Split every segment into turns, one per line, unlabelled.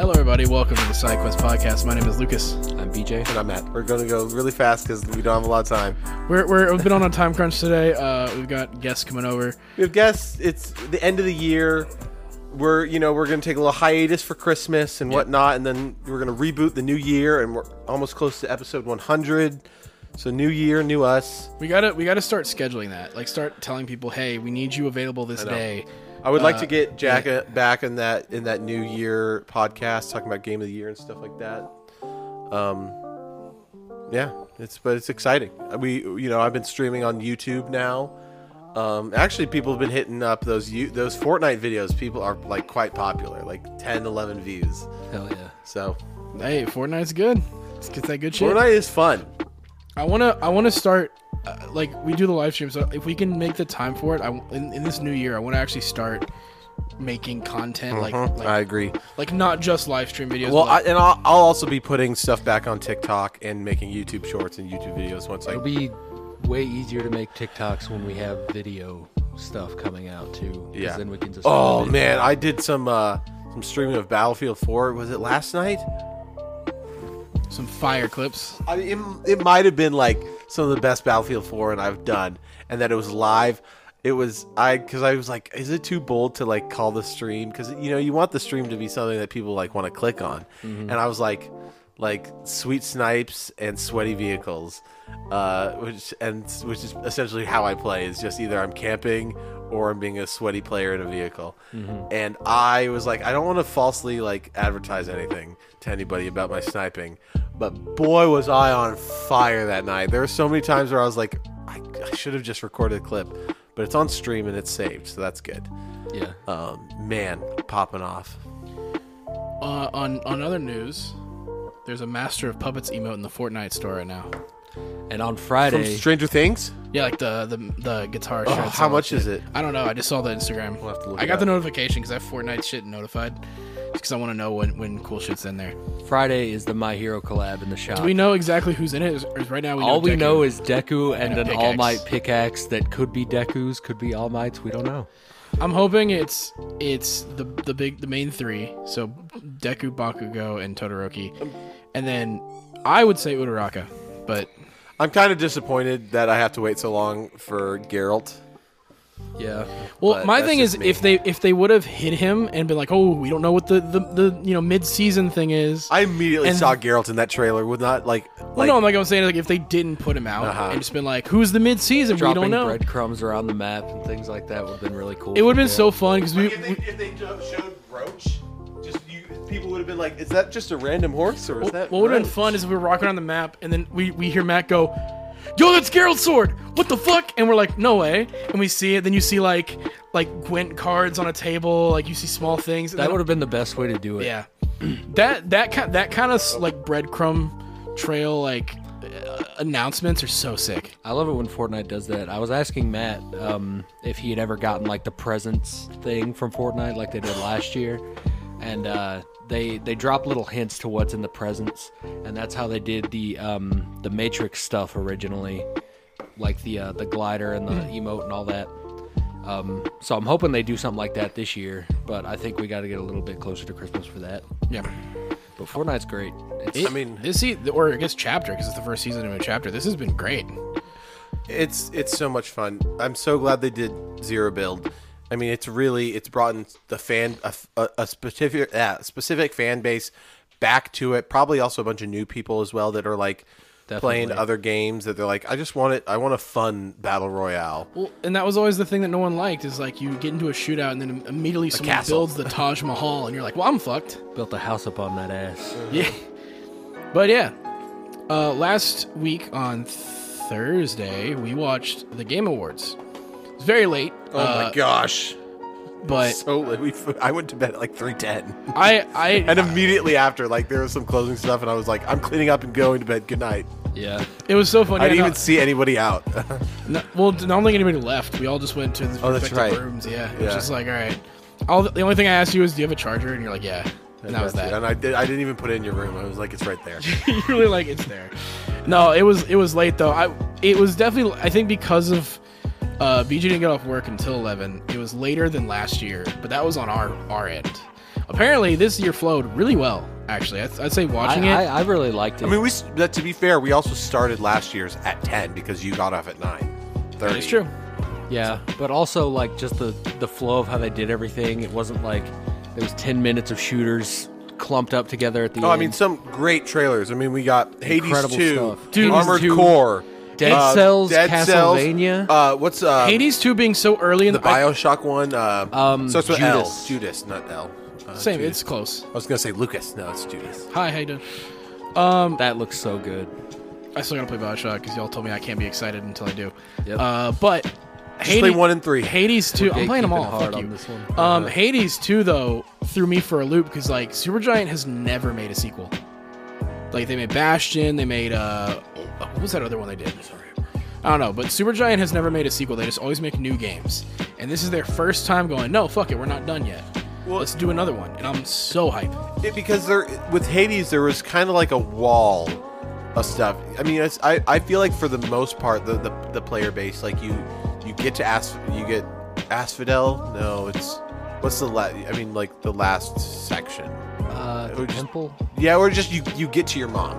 everybody. Welcome to the SideQuest podcast. My name is Lucas.
I'm BJ.
And I'm Matt. We're going to go really fast because we don't have a lot of time.
We're, we're, we've been on a time crunch today. Uh, we've got guests coming over.
We have guests. It's the end of the year. We're you know we're going to take a little hiatus for Christmas and whatnot, and then we're going to reboot the new year, and we're almost close to episode 100. So new year, new us.
We gotta we gotta start scheduling that. Like start telling people, hey, we need you available this day.
I would like
Uh,
to get Jack uh back in that in that new year podcast, talking about game of the year and stuff like that. Um, yeah, it's but it's exciting. Uh, We you know I've been streaming on YouTube now. Um, actually, people have been hitting up those you those Fortnite videos. People are like quite popular, like 10, 11 views.
Hell yeah.
So
Hey, Fortnite's good. Let's get that good shit.
Fortnite is fun.
I wanna I wanna start uh, like we do the live stream. So if we can make the time for it, I w- in, in this new year, I want to actually start making content like like,
Mm-hmm. I agree.
like not just live stream videos.
Well,
but,
I,
like,
and I'll, I'll also be putting stuff back on TikTok and making YouTube shorts and YouTube videos once I
It'll be way easier to make TikToks when we have video stuff coming out too. 'cause
Yeah.
Then we can just.
Oh man, I did some uh some streaming of Battlefield 4. Was it last night?
some fire clips.
I mean, it, it might have been like some of the best Battlefield 4 and I've done, and that it was live. It was I because I was like, is it too bold to like call the stream? Because you know you want the stream to be something that people like want to click on, and I was like, like sweet snipes and sweaty vehicles, uh, which and which is essentially how I play is just either I'm camping or I'm being a sweaty player in a vehicle, and I was like, I don't want to falsely like advertise anything to anybody about my sniping, but boy was I on fire that night. There were so many times where I was like, I, I should have just recorded a clip, but it's on stream and it's saved, so that's good.
Yeah.
Um, man, popping off.
Uh, on on other news, there's a Master of Puppets emote in the Fortnite store right now.
And on
From
Friday,
Stranger Things,
Yeah, like the the, the guitar.
oh,
shreds
how
and all
much
that
is
shit.
it?
I don't know. I just saw the Instagram.
We'll have to look
I
it
got the
up.
notification because I have Fortnite shit notified. Because I want to know when when cool shit's in there.
Friday is the My Hero collab in the shop.
Do we know exactly who's in it? Is- is right now we
all we
Deku.
know is Deku and
And a
an
pickaxe.
All Might pickaxe that could be Deku's, could be All Might's. We don't know.
I'm hoping it's it's the the big the main three. So Deku, Bakugo, and Todoroki, and then I would say Uraraka, but
I'm kind of disappointed that I have to wait so long for Geralt.
Yeah.
Well,
but
my
that's
thing
just
is
me.
if they if they would have hit him and been like, "Oh, we don't know what the the, the you know mid season thing is."
I immediately
And-
saw Geralt in that trailer. Would not like, like
well, no, I'm like I'm saying like if they didn't put him out
Uh-huh.
and just been like, "Who's the mid season?" We
Dropping
don't know.
breadcrumbs around the map and things like that would have been really cool.
It would
for
have been
Geralt.
so fun because we,
If
we-
they, if they jo- showed Roach, just you, people would have been like, "Is that just a random horse, or is
what
that?"
would have been
Roach?"
fun is we were walking around the map and then we we hear Matt go. Yo, that's Geralt's sword. What the fuck? And we're like, no way. And we see it. Then you see like, like Gwent cards on a table. Like you see small things. and
That
then-
would have been the best way to do it.
Yeah, that that kind that kind of like breadcrumb trail like uh, announcements are so sick.
I love it when Fortnite does that. I was asking Matt um, if he had ever gotten like the presents thing from Fortnite, like they did last year, and uh, they they drop little hints to what's in the presents, and that's how they did the um, the Matrix stuff originally, like the uh, the glider and the
Hmm.
emote and all that. Um, so I'm hoping they do something like that this year, but I think we got to get a little bit closer to Christmas for that.
Yeah,
But Fortnite's great. It's,
I mean,
this se- or I guess chapter because it's the first season of a chapter. This has been great.
it's it's so much fun. I'm so glad they did zero build. I mean, it's really it's brought in the fan a, a, a specific uh, specific fan base back to it. Probably also a bunch of new people as well that are like playing
Definitely.
other games that they're like, I just want it. I want a fun battle royale.
Well, and that was always the thing that no one liked is like you get into a shootout and then immediately someone
castle.
builds the Taj Mahal and you're like, well, I'm fucked.
built a house up on that ass.
Yeah. But yeah, uh, last week on Thursday we watched the Game Awards. It's very late.
Oh
uh,
my gosh!
But
So we, I went to bed at like three ten.
I I
And immediately after, like there was some closing stuff, and I was like, "I'm cleaning up and going to bed. Good night."
Yeah.
it was so funny.
I didn't
know-
even see anybody out.
No, well, not only anybody left, we all just went to the
Oh, that's right.
rooms. Yeah,
Yeah.
it's just like all right. All the only thing I asked you is, do you have a charger? And you're like, yeah. And that was
That's it.
that.
And I did. I didn't even put it in your room. I was like, "It's right there."
you really like it's there. No, it was it was late though. I it was definitely I think because of uh, BJ didn't get off work until eleven. It was later than last year, but that was on our our end. Apparently, this year flowed really well. Actually, I'd, I'd say watching
I, I,
it.
I really liked it.
I mean, we. s- But to be fair, we also started last year's at ten because you got off at nine. 30.
it's true.
yeah, but also like just the the flow of how they did everything. It wasn't like it was ten minutes of shooters clumped up together at the
No,
end.
Oh, I mean some great trailers. I mean, we got Hades
Incredible
two,
stuff.
Dude,
Armored
Hades 2,
Core,
Dead
uh,
Cells,
Dead Cells,
Castlevania.
uh, what's uh,
Hades two being so early in
the Bioshock one? Uh,
Um,
starts with
Judas.
L. Judas, not L. Uh,
I, same.
Judas.
It's close.
I was gonna say Lucas. No, it's Judas.
Hi, how you doing?
that looks so good.
I still gotta play Bioshock because y'all told me I can't be excited until I do.
Yep.
Uh, but
Just play one and three.
Hades two.
We're
I'm playing them
gatekeeping
all.
hard
Fuck
on
you.
this one.
Um, Hades two though threw me for a loop because like Supergiant has never made a sequel. Like they made Bastion, they made uh, what was that other one they did? Sorry, I don't know. But Supergiant has never made a sequel. They just always make new games, and this is their first time going. No, fuck it, we're not done yet.
Well-
Let's do another one, and I'm so hyped.
It- because there with Hades there was kind of like a wall of stuff. I mean, it's, I I feel like for the most part the, the the player base like you you get to ask you get Asphodel. No, it's what's the la- I mean like the last section.
Uh,
Or just-
temple.
Yeah, or just you you get to your mom.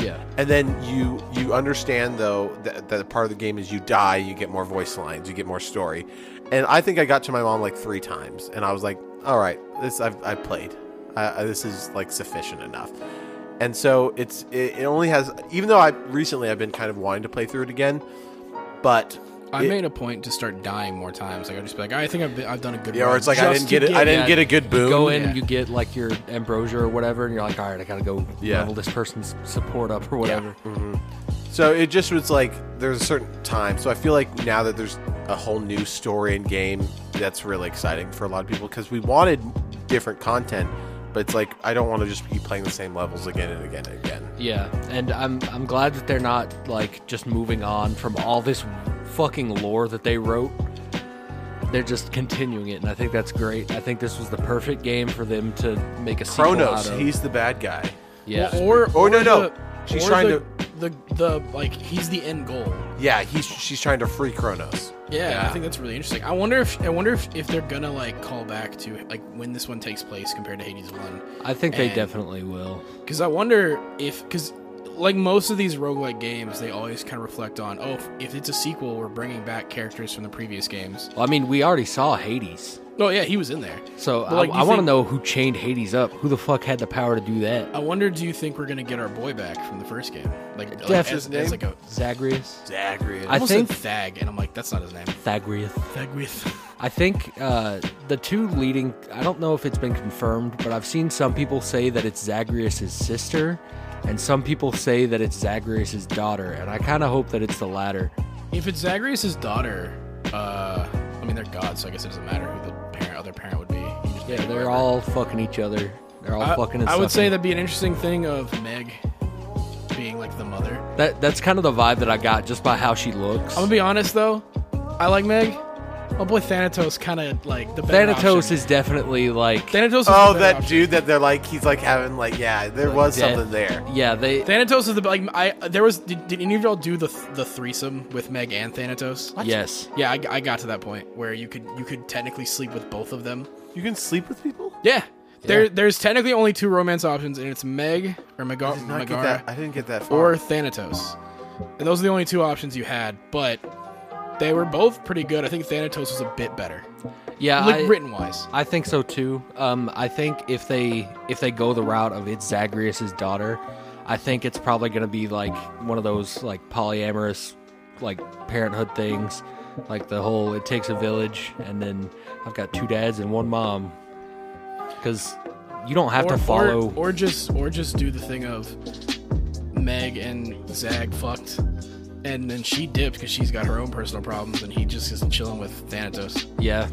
Yeah.
And then you you understand though that, that part of the game is you die, you get more voice lines, you get more story. And I think I got to my mom like three times, and I was like, "All right, this I've, I've played. I, I, this is like sufficient enough." And so it's it, it only has even though I recently I've been kind of wanting to play through it again, but
I
it-
made a point to start dying more times. Like I just be like, I think I've, been, I've done a good.
yeah, or
run
it's like I
just
didn't
to
get it. I didn't
yeah,
get a good boom.
Go in
Yeah.
and you get like your ambrosia or whatever, and you're like, all right, I gotta go
Yeah.
level this person's support up or
Yeah.
whatever.
So it just was like there's a certain time. So I feel like now that there's a whole new story and game, that's really exciting for a lot of people because we wanted different content, but it's like I don't want to just be playing the same levels again and again and again.
Yeah, and I'm I'm glad that they're not like just moving on from all this fucking lore that they wrote. They're just continuing it, and I think that's great. I think this was the perfect game for them to make a sequel
Kronos,
out of.
he's the bad guy.
yeah,
Or,
Oh, no, no.
the-
She's
or
trying
the, to the, the like he's the end goal.
Yeah, he's she's trying to free Kronos.
Yeah, I think that's really interesting. I wonder if I wonder if, if they're gonna like call back to like when this one takes place compared to Hades one.
I think they
and-
definitely will.
Because I wonder if because like most of these roguelike games, they always kind of reflect on oh if, if it's a sequel, we're bringing back characters from the previous games.
Well, I mean, we already saw Hades,
Oh yeah, he was in there.
so
But, like, do
I,
you
I want to
think-
know who chained Hades up. Who the fuck had the power to do that?
I wonder, do you think we're gonna get our boy back from the first game? Like, like,
Def-
as, as like a
Zagreus.
Zagreus.
I
I
think
think-
Thag, and I'm like, that's not his name.
Zagreus.
Thagwith.
I think uh, the two leading. I don't know if it's been confirmed, but I've seen some people say that it's Zagreus' sister, and some people say that it's Zagreus' daughter, and I kind of hope that it's the latter.
If it's Zagreus' daughter, uh, I mean, they're gods, so I guess it doesn't matter who the parent, other parent would be. You just pick
Yeah, they're
whoever.
all fucking each other. They're all
I,
fucking. And
I would say
sucking.
that'd be an interesting thing of Meg being like the mother.
that that's kind of the vibe that I got just by how she looks.
I'm gonna be honest though, I like Meg. My boy Thanatos kind of like the better
Thanatos
option.
is definitely like.
Thanatos. Is
Oh,
the better
that
option.
dude that they're like he's like having like yeah, there was
dead.
something there.
yeah, they.
Thanatos is the like I there was did, did any of y'all do the the threesome with Meg and Thanatos?
Yes.
Yeah, I, I got to that point where you could you could technically sleep with both of them.
You can sleep with people.
Yeah. There,
Yeah.
there's technically only two romance options, and it's Meg or Maga-
I did not get that. I
Megara
didn't get that far.
or Thanatos, and those are the only two options you had. But they were both pretty good. I think Thanatos was a bit better,
Yeah.
like
I-
written wise.
I think so too. Um, I think if they if they go the route of it's Zagreus's daughter, I think it's probably going to be like one of those like polyamorous like parenthood things, like the whole it takes a village, and then I've got two dads and one mom, because you don't have
or,
to follow.
or, or just or just do the thing of Meg and Zag fucked, and then she dipped because she's got her own personal problems, and he just is chilling with Thanatos.
yeah,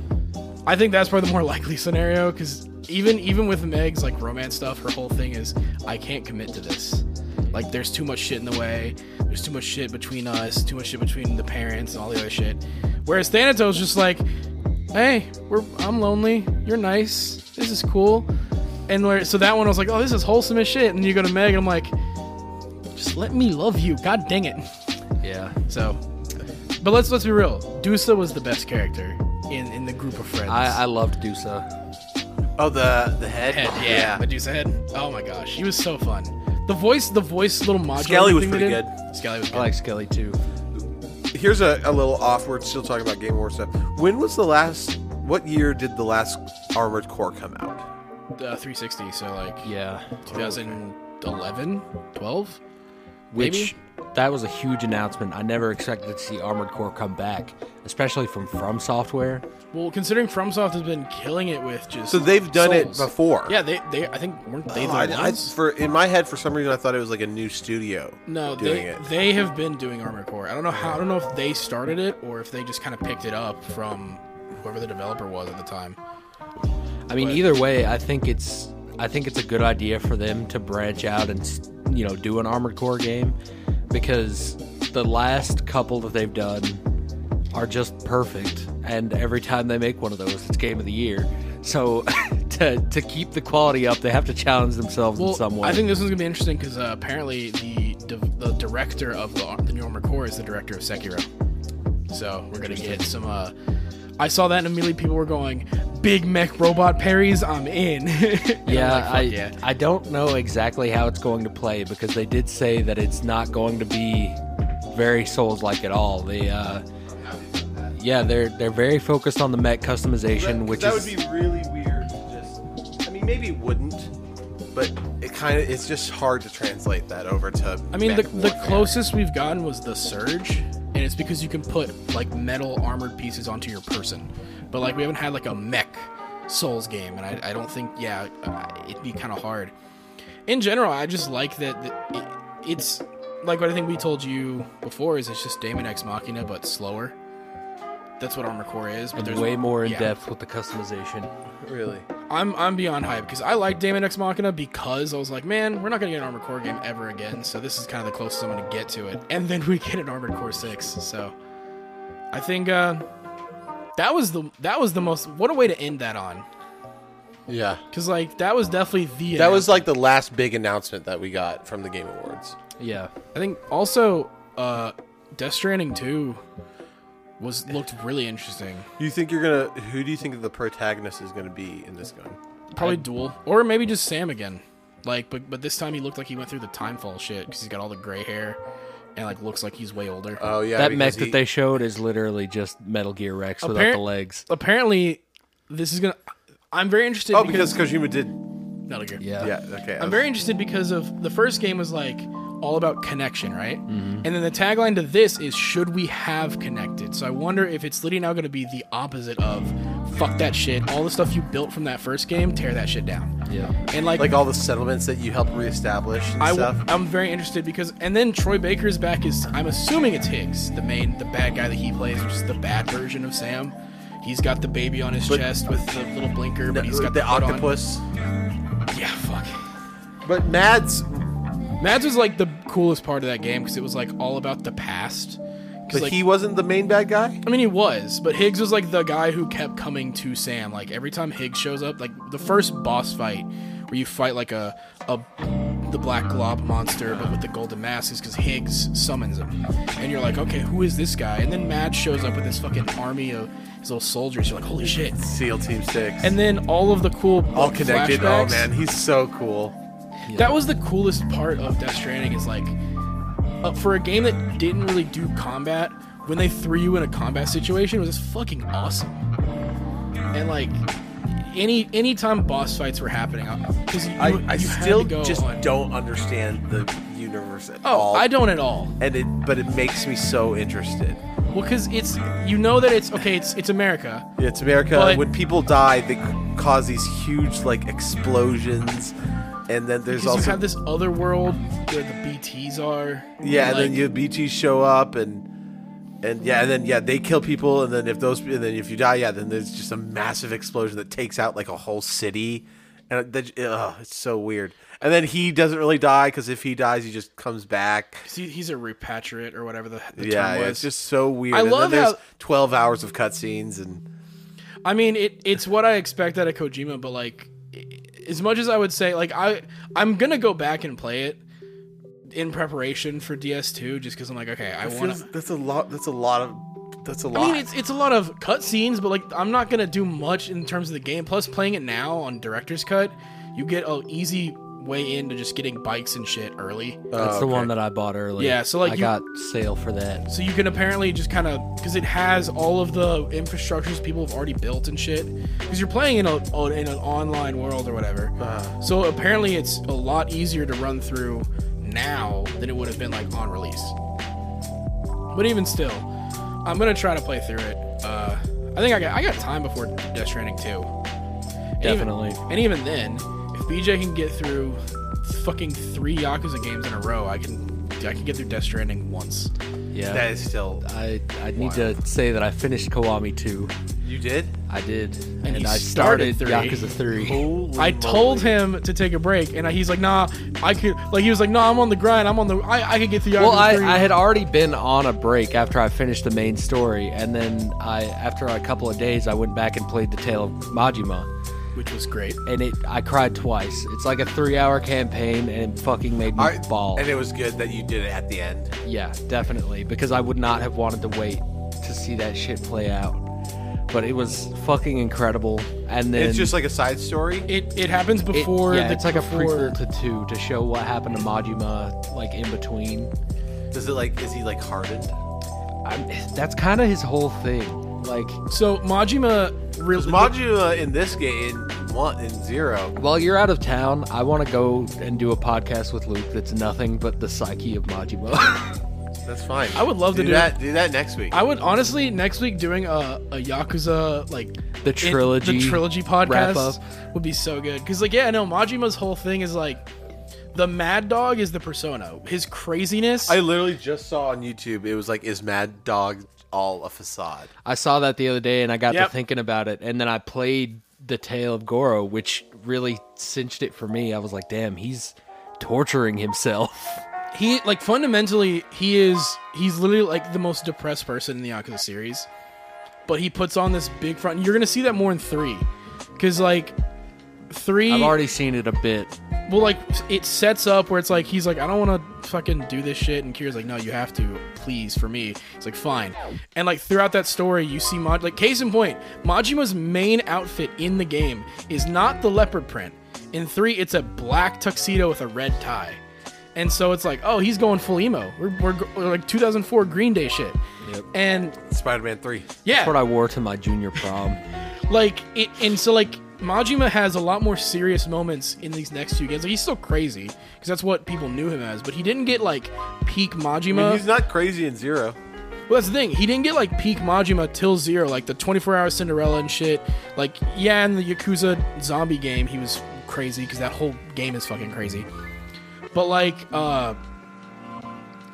I think that's probably the more likely scenario because even even with Meg's like romance stuff, her whole thing is I can't commit to this. Like there's too much shit in the way. There's too much shit between us. Too much shit between the parents and all the other shit. Whereas Thanatos just like, hey, we're I'm lonely. You're nice. This is cool. And where so that one I was like, oh, this is wholesome as shit. And you go to Meg and I'm like, just let me love you. God dang it.
yeah.
So, but let's let's be real. Dusa was the best character in in the group of friends.
I, I loved Dusa.
Oh, the the head.
Head, yeah, Medusa head. Oh my gosh, she was so fun. The voice, the voice, little module.
Skelly was
thing they
pretty
did- Skelly was
I
good.
like Skelly too.
Here's a, a little off. We're still talking about Game War stuff. When was the last? What year did the last Armored Core come out?
uh, 360. So like
Yeah,
2011, 12.
which that was a huge announcement. I never expected to see Armored Core come back, especially from From Software.
Well, considering FromSoft has been killing it with just
So they've done it
Souls.
before.
Yeah, they they I think weren't they
Oh,
the
I, I-
ones?
for in my head, for some reason, I thought it was like a new studio.
no,
doing
they
it.
they have been doing Armored Core. I don't know how I don't know if they started it or if they just kind of picked it up from whoever the developer was at the time.
I mean,
But-
either way, I think it's I think it's a good idea for them to branch out and s- you know do an Armored Core game because the last couple that they've done are just perfect, and every time they make one of those, it's Game of the Year. So to to keep the quality up, they have to challenge themselves in some way.
I think this one's gonna be interesting because uh, apparently the di- the director of the, the new Armored Core is the director of Sekiro. So we're gonna get some. Uh, I saw that and immediately people were going, "Big mech robot parries, I'm in." And I was
Yeah,
like, "Fuck
I
yeah.
I don't know exactly how it's going to play because they did say that it's not going to be very Souls like at all. They uh, yeah, they're they're very focused on the mech customization,
That-
which
that
is
would be really weird. Just, I mean, maybe it wouldn't, but it kind of it's just hard to translate that over to.
I mean, the,
mech
the
warfare.
closest we've gotten was the Surge, and it's because you can put like metal armored pieces onto your person, but like we haven't had like a mech Souls game, and I, I don't think yeah, uh, it'd be kind of hard. In general, I just like that that it, it's like what I think we told you before is it's just Damon X Machina but slower. That's what Armor Core is, but
and
there's
way more in
yeah.
depth with the customization.
really.
I'm I'm beyond hype because I like Damon X Machina because I was like, man, we're not gonna get an Armored Core game ever again, so this is kind of the closest I'm gonna get to it. And then we get an Armored Core six, so I think uh, that was the that was the most what a way to end that on
Yeah,
because like that was definitely the
that was like the last big announcement that we got from the Game Awards.
Yeah,
I think also uh, Death Stranding two was looked really interesting,
You think you're gonna? Who do you think the protagonist is gonna be in this gun?
probably Duel or maybe just Sam again, like but but this time he looked like he went through the timefall shit because he's got all the gray hair and like looks like he's way older.
Oh yeah,
that
because
mech
he-
that they showed is literally just Metal Gear Rex without
Appar-
the legs.
apparently this is gonna i'm very interested
Oh,
because,
because Kojima did.
metal gear
Yeah,
Yeah. Okay.
i'm very interested because of the first game was like all about connection right
Mm-hmm.
and then the tagline to this is should we have connected so i wonder if it's literally now going to be the opposite of fuck that shit all the stuff you built from that first game tear that shit down
yeah.
and like,
like all the settlements that you helped reestablish and
I
stuff.
am very interested because and then troy baker's back is i'm assuming it's higgs the main the bad guy that he plays which is the bad version of sam He's got the baby on his chest with the little blinker, but he's got the,
the,
hood on.
octopus.
Yeah, fuck.
But Mads,
Mads was like the coolest part of that game because it was like all about the past. 'Cause,
but
like,
he wasn't the main bad guy.
I mean, he was, but Higgs was like the guy who kept coming to Sam. Like every time Higgs shows up, like the first boss fight where you fight like a a the black glob monster, but with the golden mask, is because Higgs summons him, and you're like, okay, who is this guy? And then Mads shows up with his fucking army of his little soldiers. You're like, holy shit!
SEAL Team Six.
And then all of the cool
all connected. Oh
flashbacks-
man, he's so cool.
That was the coolest part of Death Stranding is like, uh, for a game that didn't really do combat, when they threw you in a combat situation, it was just fucking awesome. And like, any any time boss fights were happening, because you,
I,
you
I
had to
still
go
just
on-
don't understand the universe at
Oh,
all.
I don't at all.
And it, but it makes me so interested.
Well, because it's you know that it's okay. It's it's America.
Yeah, it's America.
But-
when people die, they c- cause these huge like explosions, and then there's
Because you
also
have this other world where the BTS are.
yeah, and then
like-
you BTs show up and. And yeah, and then yeah, they kill people, and then if those, and then if you die, yeah, then there's just a massive explosion that takes out like a whole city, and that, ugh, it's so weird. And then he doesn't really die because if he dies, he just comes back.
'cause he- he's a repatriate or whatever the, the
yeah,
term
yeah,
was.
it's just so weird.
I
and
love
then there's
how-
twelve hours of cutscenes, and
I mean, it it's what I expect out of Kojima, but like, i- as much as I would say, like I I'm gonna go back and play it in preparation for DS2, just because I'm like, okay, I want
that's a lot. That's a lot of that's a
I
lot.
mean, it's it's a lot of cutscenes, but like I'm not gonna do much in terms of the game. Plus, playing it now on director's cut, you get a easy way into just getting bikes and shit early.
Oh,
That's the one that I bought early.
Yeah, so, like,
I
you-
got sale for that.
So you can apparently just kind of because it has all of the infrastructures people have already built and shit. Because you're playing in a on- in an online world or whatever. So apparently it's a lot easier to run through now than it would have been like on release. But even still, I'm gonna try to play through it. Uh, I think I got I got time before Death Stranding too.
Definitely.
And even then, if BJ can get through fucking three Yakuza games in a row, I can I can get through Death Stranding once.
Yeah.
that is still.
I I need to say that I finished Koami 2.
You did?
I did, and,
he
I
started
started,
three.
Yakuza 3.
Holy
I told
moly.
him to take a break, and I- he's like, "Nah, I could." Like he was like, "Nah, I'm on the grind. I'm on the. I, I could get through."
Well,
Yakuza
I,
3."
I had already been on a break after I finished the main story, and then I after a couple of days I went back and played the Tale of Majima,
which was great.
and it I cried twice. It's like a three-hour campaign, and it fucking made me
I-
ball.
And it was good that you did it at the end.
yeah, definitely, because I would not have wanted to wait to see that shit play out. But it was fucking incredible, and then
it's just like a side story.
It it happens
It-
before.
yeah,
the,
it's like a
before-
prequel to two to show what happened to Majima, like in between.
Does it like? Is he like hardened?
I'm, that's kind of his whole thing. Like,
So Majima
Because
really.
Majima uh, in this game in one in zero.
while you're out of town, I want to go and do a podcast with Luke that's nothing but the psyche of Majima.
That's fine.
I would love to do it.
that. Do that next week.
I would honestly next week doing a, a Yakuza like
The
it-
trilogy
the trilogy
wrap
podcast
up.
would be so good because like yeah no Majima's whole thing is like the Mad Dog is the persona his craziness
I literally just saw on YouTube. It was like, is Mad Dog all a facade?
I saw that the other day and I got
Yep.
to thinking about it, and then I played the Tale of Goro, which really cinched it for me. I was like, damn, he's torturing himself.
he like fundamentally he is he's literally like the most depressed person in the Yakuza series, but he puts on this big front. And you're gonna see that more in three, because like three
I've already seen it a bit.
well like it sets up where it's like he's like I don't want to fucking do this shit, and Kira's like no you have to please for me. It's like fine, and like throughout that story you see Maj like case in point Majima's main outfit in the game is not the leopard print. In three, it's a black tuxedo with a red tie. And so it's like, oh, he's going full emo. We're, we're, go- we're like 2004 Green Day shit. And
Spider-Man three.
yeah,
That's what I wore to my junior prom.
like it. And so like Majima has a lot more serious moments in these next two games. Like he's still crazy because that's what people knew him as. But he didn't get like peak
I
Majima.
mean, he's not crazy in zero.
Well, that's the thing. He didn't get like peak Majima till zero, like the 24 hour Cinderella and shit. Like, yeah, in the Yakuza zombie game, he was crazy because that whole game is fucking crazy. But like, uh,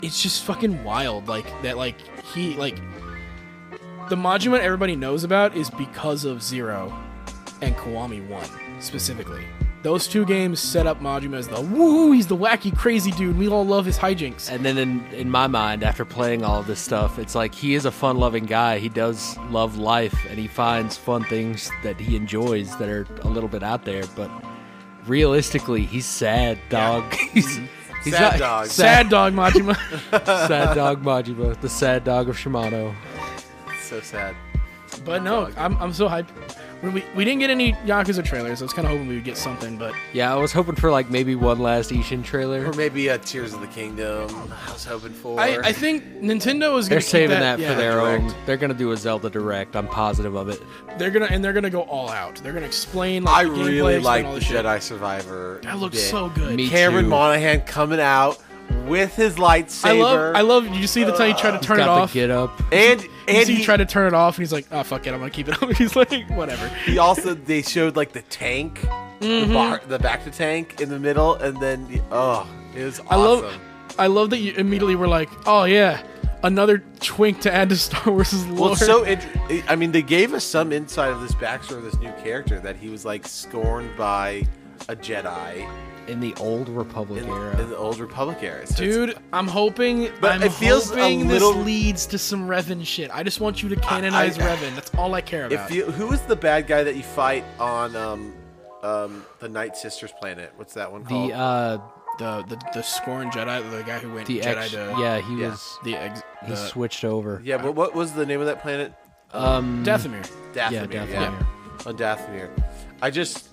it's just fucking wild. Like that, like he like the Majima everybody knows about is because of Zero and Kiwami One specifically. Those two games set up Majima as the woo. He's the wacky crazy dude. We all love his hijinks.
And then in, in my mind, after playing all of this stuff, it's like he is a fun loving guy. He does love life and he finds fun things that he enjoys that are a little bit out there. But realistically, he's sad, dog. he's, he's
Sad dog.
Sad dog Majima.
sad dog Majima, the sad dog of Shimano.
So sad.
But no,
Dog.
I'm, I'm so hyped. We, we, we didn't get any Yakuza trailers. I was kind of hoping we would get something, but
Yeah, I was hoping for like maybe one last Ishin
Or
trailer.
maybe uh, Tears of the Kingdom. I was hoping for.
I, I think Nintendo is
They're
gonna keep
saving that,
yeah,
for their
direct.
own. They're gonna do a Zelda direct. I'm positive of it.
They're gonna and they're gonna go all out. They're gonna explain. Like,
I
the gameplay,
really
explain
like
all
the
this shit.
Jedi Survivor.
That looks
bit.
so good.
Me
Cameron
too.
Monaghan coming out with his lightsaber.
I love I love. You see the time you try to
He's
turn it
got
off.
the get up.
and
You
and
see
he,
you try to turn it off, and he's like, "Oh fuck it, I'm gonna keep it up." He's like, "Whatever."
he also they showed like the tank, the, bar, the back to tank in the middle, and then oh, it was awesome.
I love I love that you immediately were like, "Oh yeah, another twink to add to Star Wars' lore."
Well, it's so it, I mean, they gave us some insight of this backstory of this new character that he was like scorned by a Jedi
in the old Republic
in,
era.
in the old Republic era. So it's-
Dude, I'm hoping.
But
I'm
it feels a
hoping
little-
this leads to some Revan shit. I just want you to canonize
I-
Revan. That's all I care about.
if you, who is the bad guy that you fight on um, um, the Night Sisters planet? What's that one
the
called?
uh
the the, the scorn Jedi, the guy who went
The
Jedi
X,
to
yeah, he
yeah.
was
the, ex,
he
the
switched over.
Yeah, but what was the name of that planet?
Um,
Dathomir.
Dathomir.
Yeah, Dathomir.
On Dathomir. I just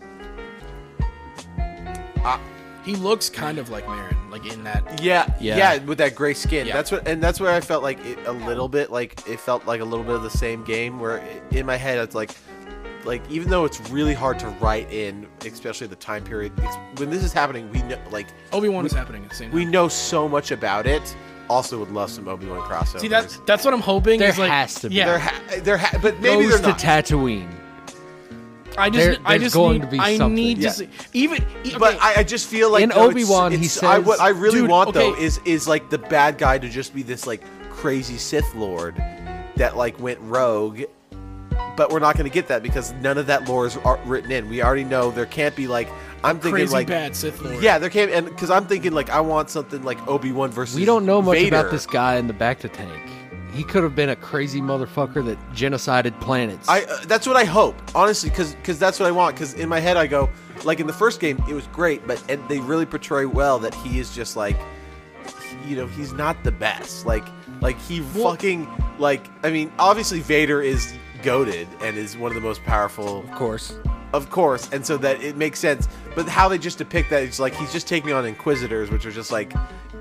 He looks kind of like Marin, like in that.
yeah,
Yeah.
yeah with that gray skin.
Yeah.
That's what and that's where I felt like it, a little bit like it felt like a little bit of the same game where i- in my head it's like like even though it's really hard to write in especially the time period it's, when this is happening we know like
Obi Wan is happening at the same time.
we know so much about it. Also would love some Obi-Wan crossover.
See that's that's what I'm hoping.
There
is like,
has to be.
Yeah,
there ha- there ha- but maybe
Goes
they're
to
not.
Tatooine.
I just
there-
I
there's
just
going
need,
to be
I
something.
need
Yeah.
to see even. e- okay,
But I, I just feel like
In
though, it's-
Obi-Wan, he
it's- I, what
says-
I really
Dude,
want though
okay.
is is like the bad guy to just be this like crazy Sith Lord that like went rogue. But we're not going to get that because none of that lore is ar- written in. We already know there can't be like I'm thinking
crazy
like
bad Sith Lord.
yeah there can't and because I'm thinking like I want something like Obi Wan versus
We don't know much about
Vader.
this guy in the back to tank. He could have been a crazy motherfucker that genocided planets.
I uh, that's what I hope, honestly, because that's what I want. Because in my head, I go like in the first game, it was great, but and they really portray well that he is just like, you know, he's not the best. Like, like he fucking like. I mean, obviously, Vader is goaded and is one of the most powerful,
of course.
of course, and so that it makes sense. But how they just depict that, it's like he's just taking on Inquisitors, which are just like,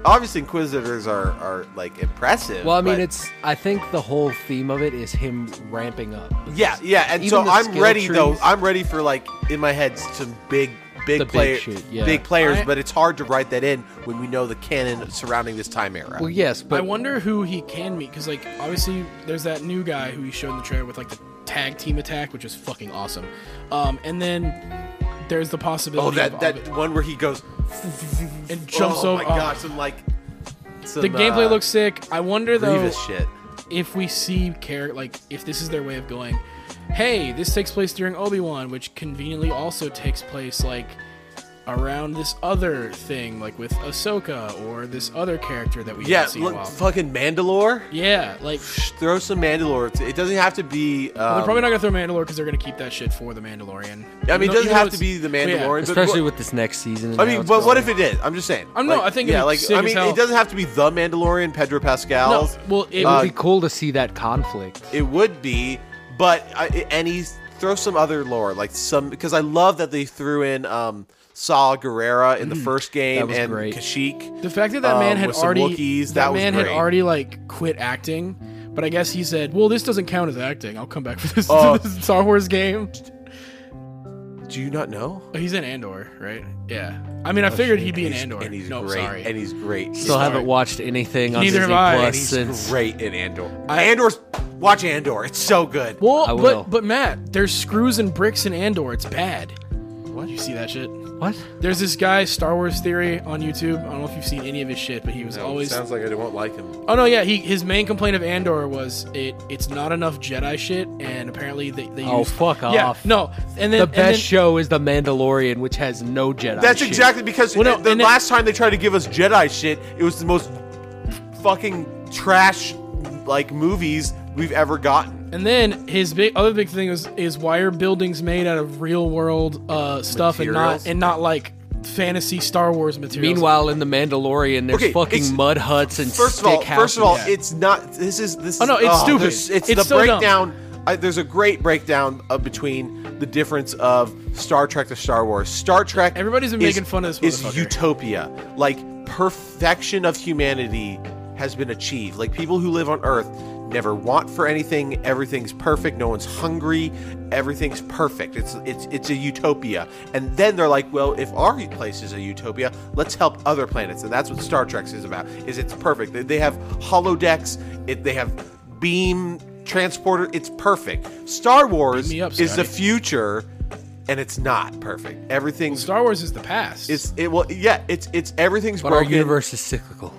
obviously, Inquisitors are are like impressive.
Well, I mean,
but-
it's. I think the whole theme of it is him ramping up.
Yeah, yeah, and
Even
so
the
I'm
skill
ready though.
trees.
I'm ready for like in my head some big, big
The big
player,
shit, yeah.
big players.
I-
but it's hard to write that in when we know the canon surrounding this time era.
Well, yes, but
I wonder who he can meet because, like, obviously there's that new guy who he showed in the trailer with like the tag team attack, which is fucking awesome. Um, and then there's the possibility
oh, that
of,
that one where he goes
and jumps
oh
over.
my gosh, and like some,
uh, the gameplay
uh,
looks sick. I wonder though
grievous shit.
if we see care like if this is their way of going. Hey, this takes place during Obi Wan, which conveniently also takes place like around this other thing, like with Ahsoka or this other character that we
Yeah,
haven't seen in a
look,
while.
fucking Mandalore.
yeah, like
Psh, Throw some Mandalore. It's- It doesn't have to be. Um,
They're probably not gonna throw Mandalore because they're gonna keep that shit for the Mandalorian.
I
Even
mean, it
though- even
doesn't
though
have to
it's- Oh,
be the
yeah.
Mandalorian, but
especially
what-
with this next season. and
I
how
mean,
it's
but what
going.
if it is? I'm just saying.
I'm- no, I think it'd
yeah,
be
like
sick
I
as
mean,
hell.
it doesn't have to be the Mandalorian, Pedro Pascal.
No, well, it
It
Uh,
would
would
be-
be cool to see that conflict.
It would be, but I, and he's throw some other lore, like some because I love that they threw in um Saw Guerrera in the first game
That was
and
great.
Kashyyyk.
the fact that that man
um,
had
with some
already
Wookiees,
that,
that was
man had
great.
already like quit acting, but I guess he said, "Well, this doesn't count as acting. I'll come back for this,
Oh.
this Star Wars game."
Do you not know?
Oh, he's in Andor, right? Yeah. I mean, I figured he'd be in
And Oh, he's-
Andor.
and he's
no,
great,
sorry.
and he's great.
Still
Sorry.
haven't watched anything on
Neither
Disney
have I.
Plus
And
he's
since.
great in Andor.
I-
Andor's watch Andor. It's so
I
good.
well,
will.
but but Matt, there's screws and bricks in Andor. It's bad. What? You see that shit?
What?
There's this guy, Star Wars Theory, on YouTube. I don't know if you've seen any of his shit, but he was always
like I won't like him.
Oh no, yeah. He his main complaint of Andor was it it's not enough Jedi shit, and apparently they they
Oh,
used-
fuck
yeah,
off.
No, and then
The
and
best
then-
show is The Mandalorian, which has no Jedi.
That's
shit.
exactly because
Well, no,
the
and it-
last time they tried to give us Jedi shit, it was the most fucking trash like movies we've ever gotten.
and then his big other big thing is is why are buildings made out of real world uh, stuff and
Materials?
not and not like fantasy Star Wars materials.
Meanwhile, in The Mandalorian, there's
Okay, it's-
fucking mud huts and
First
stick
of all, first of all,
houses.
it's not. This is this.
Oh, no,
is-
it's stupid.
there's- It's,
It's
the
so dumb.
breakdown. I, there's a great breakdown of between the difference of Star Trek to Star Wars. Star Trek.
Everybody's been
is-
making fun of this
Is
motherfucker.
utopia like perfection of humanity has been achieved? Like people who live on Earth never want for anything. Everything's perfect. No one's hungry. Everything's perfect. It's it's it's a utopia. And then they're like, well, if our place is a utopia, let's help other planets. And that's what Star Trek is about. Is it's perfect. They, they have holodecks. It they have beam transporter. It's perfect. Star Wars
me up,
is the
Scotty.
future, and it's not perfect. Everything's
Star Wars is the past.
it's it well yeah it's it's everything's
but our
broken.
universe is cyclical.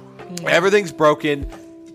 Everything's broken.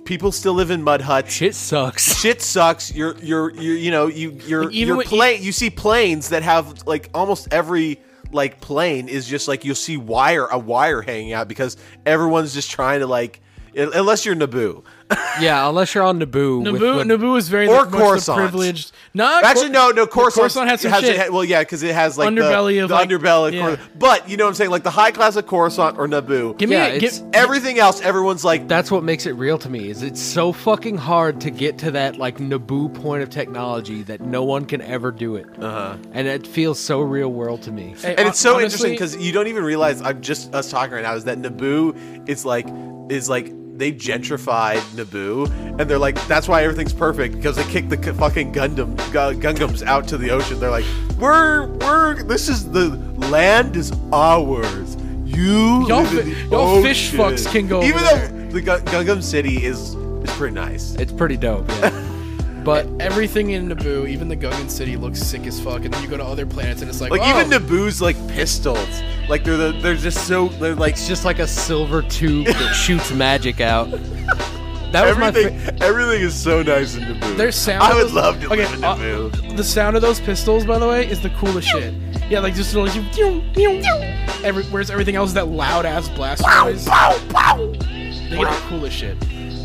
People still live in mud huts.
Shit sucks.
Shit sucks. You're you're you you know you you're
Like, even
you're
with-
plane. You see planes that have like almost every like plane is just like you'll see wire a wire hanging out because everyone's just trying to like un- unless you're Naboo.
yeah, unless you're on Naboo. with-
Naboo,
with-
Naboo is very
Or
much the
Coruscant.
privileged. Not
Actually, no, no. Coruscant,
Coruscant had some
has-
shit.
ha- well, yeah, because it has like
Underbelly
the,
of,
the
like-
underbelly. Of
yeah.
Coruscant. But you know what I'm saying? Like the high class of Coruscant or Naboo.
Give me
Yeah,
a, give,
it's-
everything else, everyone's like,
That's what makes it real to me. Is it's so fucking hard to get to that like Naboo point of technology that no one can ever do it, uh-huh. and it feels so real world to me.
hey,
and it's so
honestly,
interesting because you don't even realize. I'm just us talking right now. Is that Naboo? It's like is like they gentrified Naboo, and they're like that's why everything's perfect because they kicked the c- fucking Gundam gu- Gungams out to the ocean. They're like we're we're this is the land is ours. You
Y'all
live in
fi-
the
y'all fish
ocean."
fucks can go
Even
over
though the Gu- Gungam city is is pretty nice.
It's pretty dope. Yeah. But
everything in Naboo, even the Gungan city, looks sick as fuck. And then you go to other planets, and it's like,
Like
oh,
even Naboo's like pistols. Like they're the, they're just so they're like
it's just like a silver tube that shoots magic out. That was my.
Everything,
Fa-
everything is so nice in Naboo.
Their sound.
I would
was-
love to
okay,
live in
uh,
Naboo.
the sound of those pistols, by the way, is the coolest shit. Yeah, like just like you. Every, whereas everything else is that loud ass blast noise. They get the coolest shit.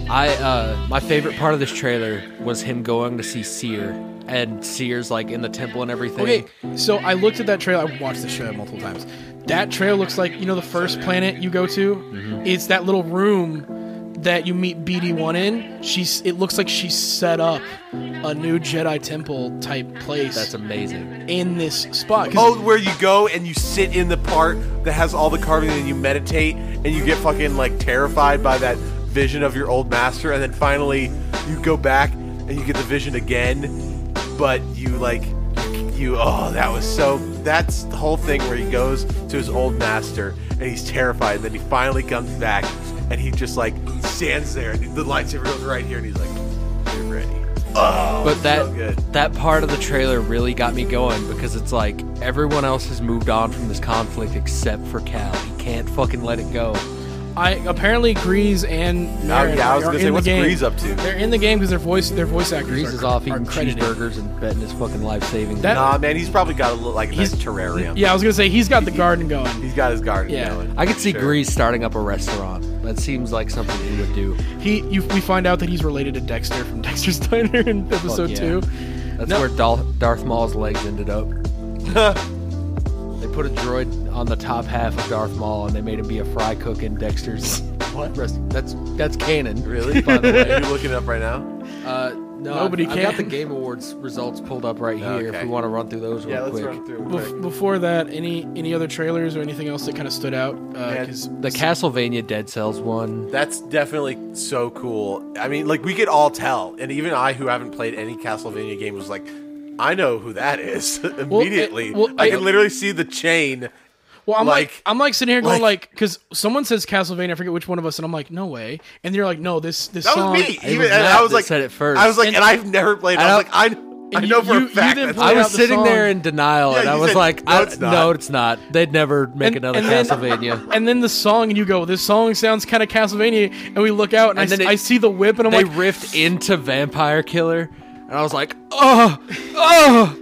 I uh, my favorite part of this trailer was him going to see Seer, and Seer's like in the temple and everything.
Okay, so I looked at that trailer. I watched this trailer multiple times. That trailer looks like you know the first planet you go to.
Mm-hmm.
It's that little room that you meet BD One in. She's. It looks like she set up a new Jedi temple type place
That's amazing.
in this spot. 'Cause-
Oh, where you go and you sit in the part that has all the carving and you meditate and you get fucking like terrified by that vision of your old master and then finally you go back and you get the vision again, but you like you oh that was so that's the whole thing where he goes to his old master and he's terrified. Then he finally comes back and he just like stands there and the lightsaber goes right here and he's like, "You're ready."
But that
so good.
that part of the trailer really got me going because it's like everyone else has moved on from this conflict except for Cal. He can't fucking let it go.
I apparently Grease and Merritt
yeah, I was
are
gonna
in
say,
the
what's
game.
Grease up to?
They're in the game because their voice their voice actors
Grease
are,
is off
are
eating
credited.
cheeseburgers and betting his fucking life savings.
That-
Nah, man, he's probably got a little like a nice
He's-
terrarium.
Yeah, I was gonna say he's got the garden going.
He's got his garden
Yeah.
going.
I could see
Sure.
Grease starting up a restaurant. That seems like something he would do.
He you, we find out that he's related to Dexter from Dexter's Diner in episode
yeah.
two.
That's
No.
where Dol- Darth Maul's legs ended up. they put a droid on the top half of Darth Maul and they made him be a fry cook in Dexter's.
What?
Rest- that's that's canon.
Really?
By the way.
Are you looking it up right now?
Uh, no,
Nobody
I've, I've got
can.
the Game Awards results pulled up right here. If
Okay.
we want to run through those real quick.
through.
Bef- before that, any any other trailers or anything else that kind of stood out? Uh,
Yeah.
Because
The Castlevania Dead Cells one.
That's definitely so cool. I mean, like we could all tell, and even I, who haven't played any Castlevania game, was like, I know who that is immediately.
well,
I,
I-
can literally see the chain.
well, I'm like,
like-
I'm like sitting here going
like-
like because someone says Castlevania, I forget which one of us, and I'm like, no way, and you're like, no, this this
That
song.
was me.
It
Even
was
and
Matt
I was
that
like,
said it first.
I was like,
And-
and, I've never played. it. I,
I
was like, I, I
you-
know for
you-
a
you
fact.
didn't
that's
play
I
out
was
the
sitting there
song.
in denial,
Yeah,
and I
you
was
said,
like,
"No,
I-
it's not."
"No, it's not. They'd never make
And-
another
and then- uh,
Castlevania."
And then the song, and you go, "This song sounds kind of Castlevania." And we look out, and,
And
I,
then
s-
it-
I see the whip, and I'm
they
like,
riffed into Vampire Killer, and I was like, "Oh, oh!"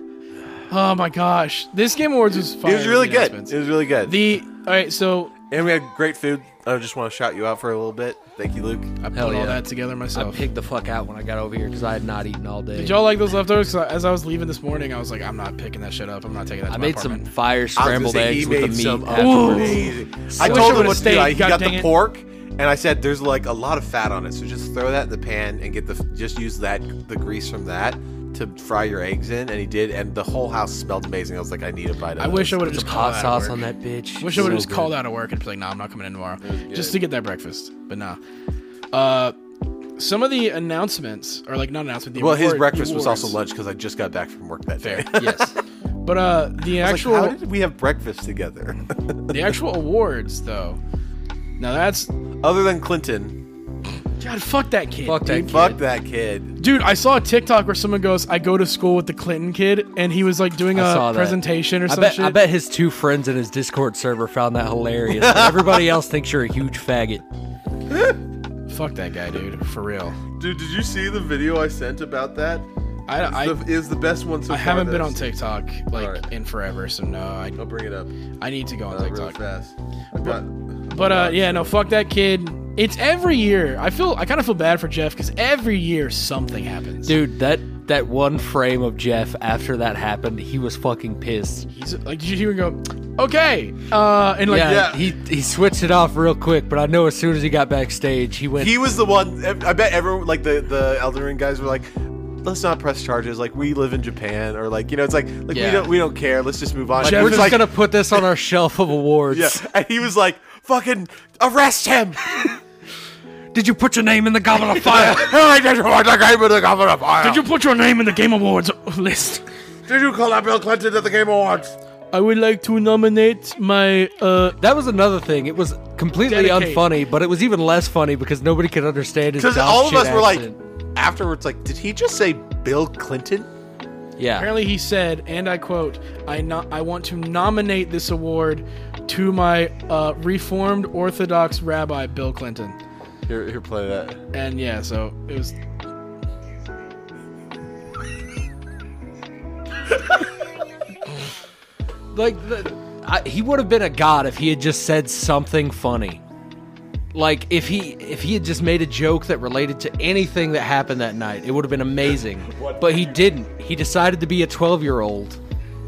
"Oh my gosh, this Game Awards was fire."
It was really
with
good.
announcements.
It was really good.
The all right, so
and we had great food. I just want to shout you out for a little bit. Thank you, Luke.
I put
Hell yeah.
all that together
I
myself.
pigged the fuck out when I got over here because I had not eaten all day.
Did y'all like those leftovers? 'Cause I- as I was leaving this morning, I was like, "I'm not picking that shit up. I'm not taking that." To
I
my
made some
apartment.
fire scrambled
I
eggs
was
with
gonna
the
say, he
meat.
made some uh,
afterwards.
amazing.
I
I
wish I
told him
would've
what to do.
stayed,
I, he
God
got
dang
the
it.
pork, and I said, "There's like a lot of fat on it, so just throw that in the pan and get the just use that the grease from that to fry your eggs in." And he did, and the whole house smelled amazing. I was like, "I need a bite of."
I wish I
this."
would have
Put
just
some
called
hot
out
sauce
of
on
work.
that bitch.
Wish I would
So
have just
good.
called out of work and be like, "Nah, I'm not coming in tomorrow,"
good.
just to get that breakfast. But nah. Uh, some of the announcements, or like not announcement. The
Well, his
award-
breakfast was
awards.
also lunch because I just got back from work that day.
Yes.
But uh, the
I was
actual
like, how did we have breakfast together?
the actual awards though. Now that's
Other than Clinton,
God, fuck that kid.
Fuck that
dude.
kid.
fuck that kid.
Dude, I saw a TikTok where someone goes, "I go to school with the Clinton kid," and he was like doing
I saw
a
that.
uh, presentation or
I
some
bet,
shit.
I bet his two friends in his Discord server found that hilarious. Everybody else thinks you're a huge faggot.
Fuck that guy, dude, for real.
Dude, did you see the video I sent about that?
I, I,
is the best one so
I haven't been on TikTok like
Alright.
in forever, so no, I,
I'll bring it up
I need to go on TikTok.
fast.
But uh, yeah, no, fuck that kid. It's every year. I feel I kind of feel bad for Jeff because every year something happens.
Dude, that that one frame of Jeff after that happened, he was fucking pissed.
He's like, did you hear him go? Okay, uh, and like,
yeah,
yeah.
he he switched it off real quick, but I know as soon as he got backstage, he went.
He was the one. I bet everyone, like the the Elden Ring guys, were like, "Let's not press charges. Like we live in Japan, or like you know, it's like like
Yeah.
we don't we don't care. Let's just move on."
like,
He
we're
was
just
like,
gonna put this on our shelf of awards.
yeah, and he was like, "Fucking arrest him!"
Did you put your name in the goblet of fire?
did you put your name in the Game Awards list?
Did you call out Bill Clinton at the Game Awards?
I would like to nominate my uh,
that was another thing. It was completely
Dedicate.
unfunny, but it was even less funny because nobody could understand his.
Because
dumb
all of
shit
us were
accent.
like, afterwards, like, did he just say Bill Clinton?
yeah.
Apparently, he said, and I quote, I, no- I want to nominate this award to my uh, Reformed Orthodox Rabbi Bill Clinton.
Here, here, play that.
And yeah, so it was.
Like, the, I, he would have been a god if he had just said something funny. Like if he if he had just made a joke that related to anything that happened that night, it would have been amazing. but he didn't. He decided to be a twelve year old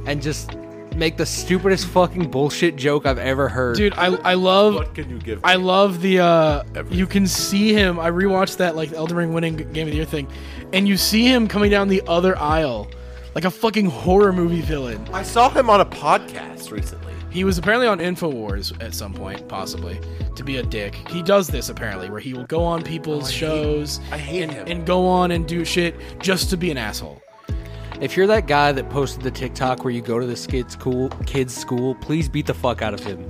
and just make the stupidest fucking bullshit joke I've ever heard.
Dude, I, I love.
What can you give?
I love the uh you can see him. I rewatched that like Elden Ring winning game of the year thing and you see him coming down the other aisle like a fucking horror movie villain.
I saw him on a podcast recently.
He was apparently on InfoWars at some point, possibly, to be a dick. He does this apparently, where he will go on people's shows
Oh, I hate
and,
him.
and go on and do shit just to be an asshole.
If you're that guy that posted the TikTok where you go to this kid's school, kid's school, please beat the fuck out of him.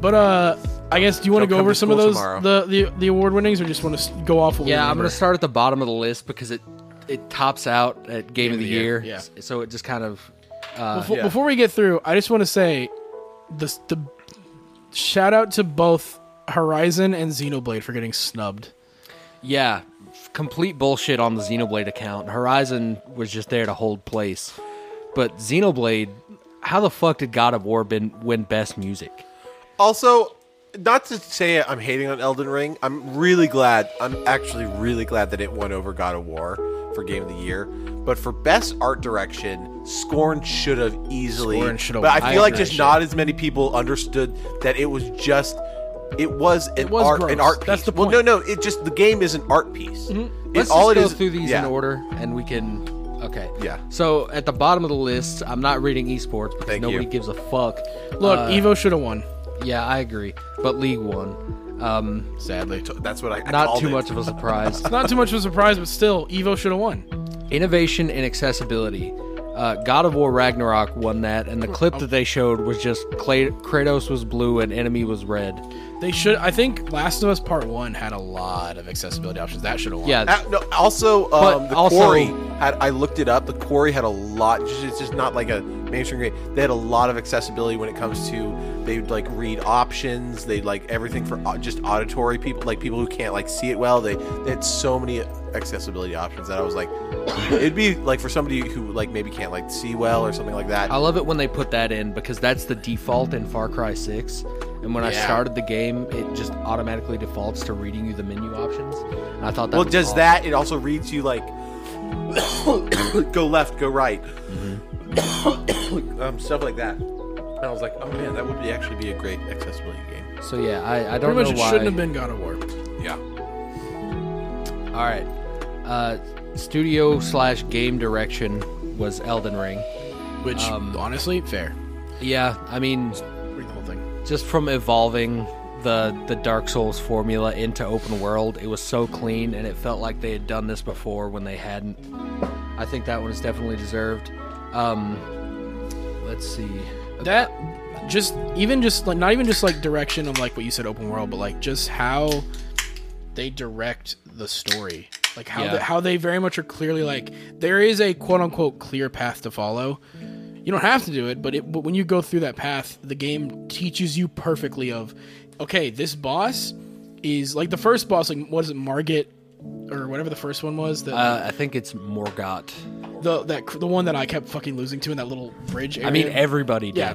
But uh I guess do you want to go
Don't come
over
to
some of
school
those
tomorrow.
the, the the award winnings, or just want to go off? What we
Yeah, I'm
remember?
gonna start at the bottom of the list because it it tops out at Game, of the, Year.
yeah.
S- So it just kind of uh,
Before,
yeah.
before we get through, I just want to say the the shout out to both Horizon and Xenoblade for getting snubbed.
yeah, f- complete bullshit on the Xenoblade account. Horizon was just there to hold place, but Xenoblade, how the fuck did God of War been win best music?
Also, not to say I'm hating on Elden Ring, I'm really glad. I'm actually really glad that it won over God of War for Game of the Year. But for best art direction, Scorn should have easily.
Scorn should have
but
won.
I feel
I
like
agree.
just not as many people understood that it was just. It was an
was
art,
gross.
an art piece.
That's the
Well,
point.
no, no. It just the game is an art piece. It-
Mm-hmm. Let's just
all it
go
is-
through these
yeah.
in order, and we can. Okay.
Yeah.
So at the bottom of the list, I'm not reading esports because
Thank
nobody
you.
gives a fuck.
Look,
Uh,
Evo should have won.
Yeah, I agree. But League One, um,
Sadly,
That's what I. I
not
called
too
it.
much of a surprise.
not too much of a surprise, but still, Evo should have won.
Innovation and accessibility. Uh, God of War Ragnarok won that, and the
Oh.
clip that they showed was just Clay- Kratos was blue and enemy was red.
They should. I think Last of Us Part One had a lot of accessibility options. That should have won.
Yeah,
Uh, no, also,
But
um, the
also-
quarry had. I looked it up. The quarry had a lot. Just, it's just not like a mainstream grade. They had a lot of accessibility when it comes to they would like read options. They like everything for au- just auditory people, like people who can't like see it well. They, they had so many accessibility options that I was like, it'd be like for somebody who like maybe can't like see well or something like that.
I love it when they put that in because that's the default in Far Cry 6. And when I
Yeah.
started the game, it just automatically defaults to reading you the menu options. And I thought that
well,
was
does
awesome.
that? It also reads you like, go left, go right, um, stuff like that. And I was like, oh man, that would be actually be a great accessibility game.
So yeah, I, I don't
pretty much
know
it
why.
shouldn't have been God of War.
Yeah.
All right. Uh, studio slash game direction was Elden Ring.
Which,
Um,
honestly, fair.
Yeah, I mean,
Read the whole thing.
just from evolving the the Dark Souls formula into open world, it was so clean, and it felt like they had done this before when they hadn't. I think that one is definitely deserved. Um, let's see.
That just even just like not even just like direction of like what you said, open world, but like just how they direct the story. Like how
Yeah.
the, how they very much are clearly like there is a quote unquote clear path to follow. You don't have to do it, but it but when you go through that path, the game teaches you perfectly of okay, this boss is like the first boss, like what is it, Margit or whatever the first one was that
Uh, I think it's Morgot.
the that the one that I kept fucking losing to in that little bridge area.
I mean, everybody did.
yeah,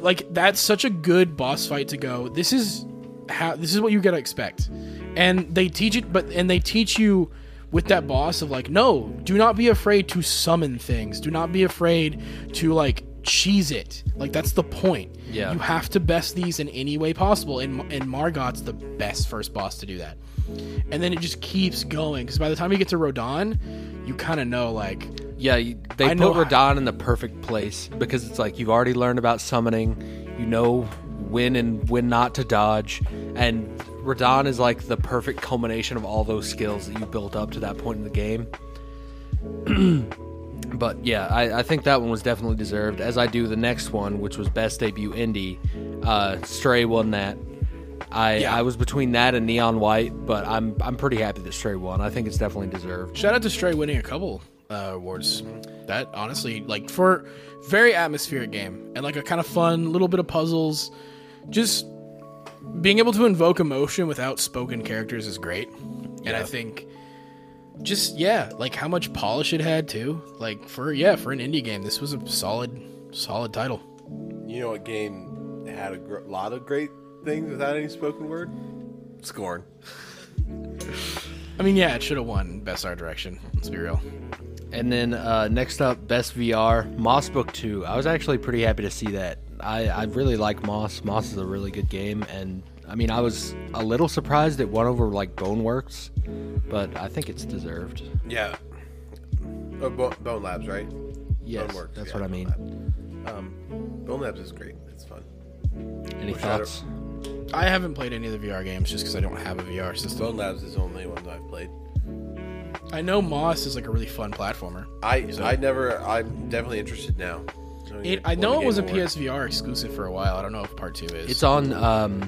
like that's such a good boss fight to go. This is how this is what you gotta expect, and they teach it. But and they teach you with that boss of like, no, do not be afraid to summon things. Do not be afraid to like cheese it. Like that's the point.
Yeah.
you have to best these in any way possible, and and Margot's the best first boss to do that. And then it just keeps going because by the time you get to Rodan, you kind of know like
Yeah, you- they
I know
put Radon in the perfect place because it's like you've already learned about summoning, you know when and when not to dodge, and Radon is like the perfect culmination of all those skills that you built up to that point in the game. but yeah, I, I think that one was definitely deserved. As I do the next one, which was best debut indie, uh, Stray won that. I,
Yeah.
I was between that and Neon White, but I'm I'm pretty happy that Stray won. I think it's definitely deserved.
Shout out to Stray winning a couple uh, awards. That honestly, like for very atmospheric game and like a kind of fun little bit of puzzles, just being able to invoke emotion without spoken characters is great. And I think just yeah, like how much polish it had too. Like for yeah, for an indie game, this was a solid solid title.
You know what game had a gr- lot of great things without any spoken word? Scorn.
I mean, yeah, it should have won best art direction. Let's be real.
And then uh, next up, best VR, Moss Book Two. I was actually pretty happy to see that. I, I really like Moss. Moss is a really good game, and I mean, I was a little surprised it won over like Boneworks, but I think it's deserved.
Yeah. Oh, Bo- Bone Labs, right?
Yes,
Boneworks,
that's
yeah,
what I
Bone
mean.
Lab. Um, Bone Labs is great. It's fun.
Any
Shadow-
thoughts?
I haven't played any of the VR games just because I don't have a VR system.
Bone Labs is the only one that I've played.
I know Moss is like a really fun platformer.
I I never. I'm definitely interested now.
It, I know it was a
Game Award.
PSVR exclusive for a while. I don't know if part two is.
It's on um,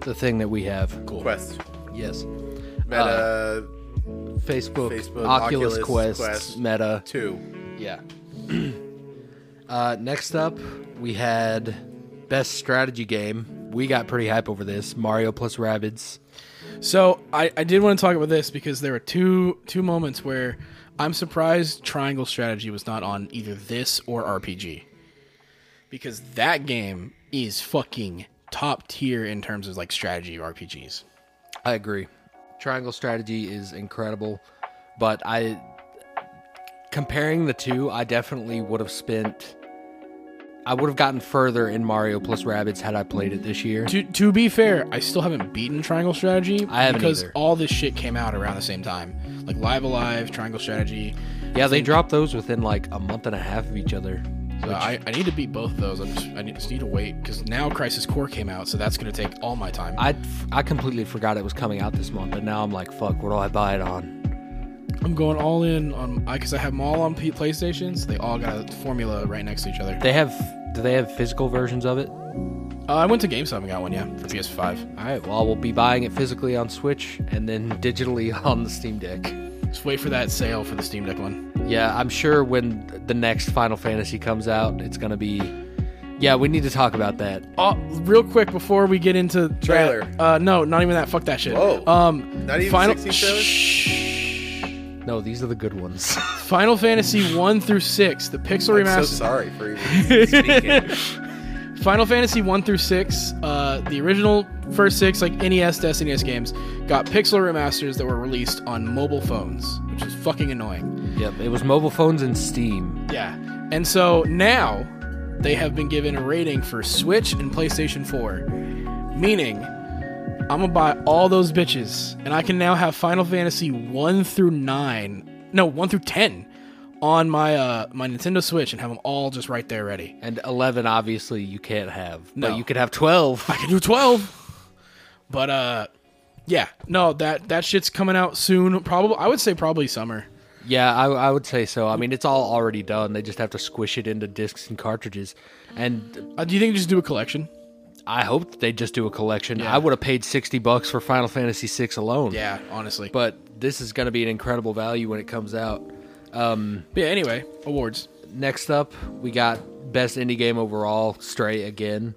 the thing that we have.
cool.
Quest,
Yes,
Meta
Facebook,
Facebook,
Oculus,
Oculus
Quest,
Quest.
Meta.
Two.
Yeah. uh, next up, we had best strategy game. We got pretty hype over this Mario plus Rabbids.
So I, I did want to talk about this because there were two two moments where I'm surprised Triangle Strategy was not on either this or RPG. Because that game is fucking top tier in terms of like strategy RPGs.
I agree. Triangle strategy is incredible, but I comparing the two, I definitely would have spent. I would have gotten further in Mario plus Rabbids had I played it this year.
To to be fair, I still haven't beaten Triangle Strategy
I haven't
because
either.
all this shit came out around the same time. Like Live Alive, Triangle Strategy.
Yeah, they dropped those within like a month and a half of each other.
So I, I need to beat both of those. I'm just, I need, just need to wait because now Crisis Core came out, so that's going to take all my time.
I I completely forgot it was coming out this month, but now I'm like, fuck, what do I buy it on?
I'm going all in on because I have them all on P- PlayStations. They all got a formula right next to each other.
They have do they have physical versions of it?
Uh, I went to GameStop and got one, yeah, for PS5.
All right, well, we'll be buying it physically on Switch and then digitally on the Steam Deck.
Just wait for that sale for the Steam Deck one.
Yeah, I'm sure when the next Final Fantasy comes out, it's going to be Yeah, we need to talk about that.
Oh, real quick before we get into that-
Trailer.
uh, no, not even that. Fuck that shit.
Whoa.
Um,
Not even
Final.
16 trailers?
Shh.
No, these are the good ones.
Final Fantasy one through six, the pixel
I'm so
remaster.
sorry for even speaking.
Final Fantasy 1 through 6, uh, the original first six, like E NES to SNES games, got pixel remasters that were released on mobile phones, which is fucking annoying.
yep, it was mobile phones and Steam.
Yeah. And so now they have been given a rating for Switch and PlayStation 4, meaning I'm going to buy all those bitches, and I can now have Final Fantasy 1 through 9, no, 1 through 10 on my uh, my Nintendo Switch and have them all just right there ready.
And 11 obviously you can't have,
No.
but you could have 12.
I can do 12. But uh yeah, no, that that shit's coming out soon. Probably I would say probably summer.
Yeah, I, I would say so. I mean, it's all already done. They just have to squish it into discs and cartridges. And
Uh, do you think just do a collection?
I hope that they just do a collection. I would have paid sixty bucks for Final Fantasy VI alone.
Yeah, honestly. But,
But this is going to be an incredible value when it comes out.
yeah, anyway, awards.
Next up, we got best indie game overall, Stray again.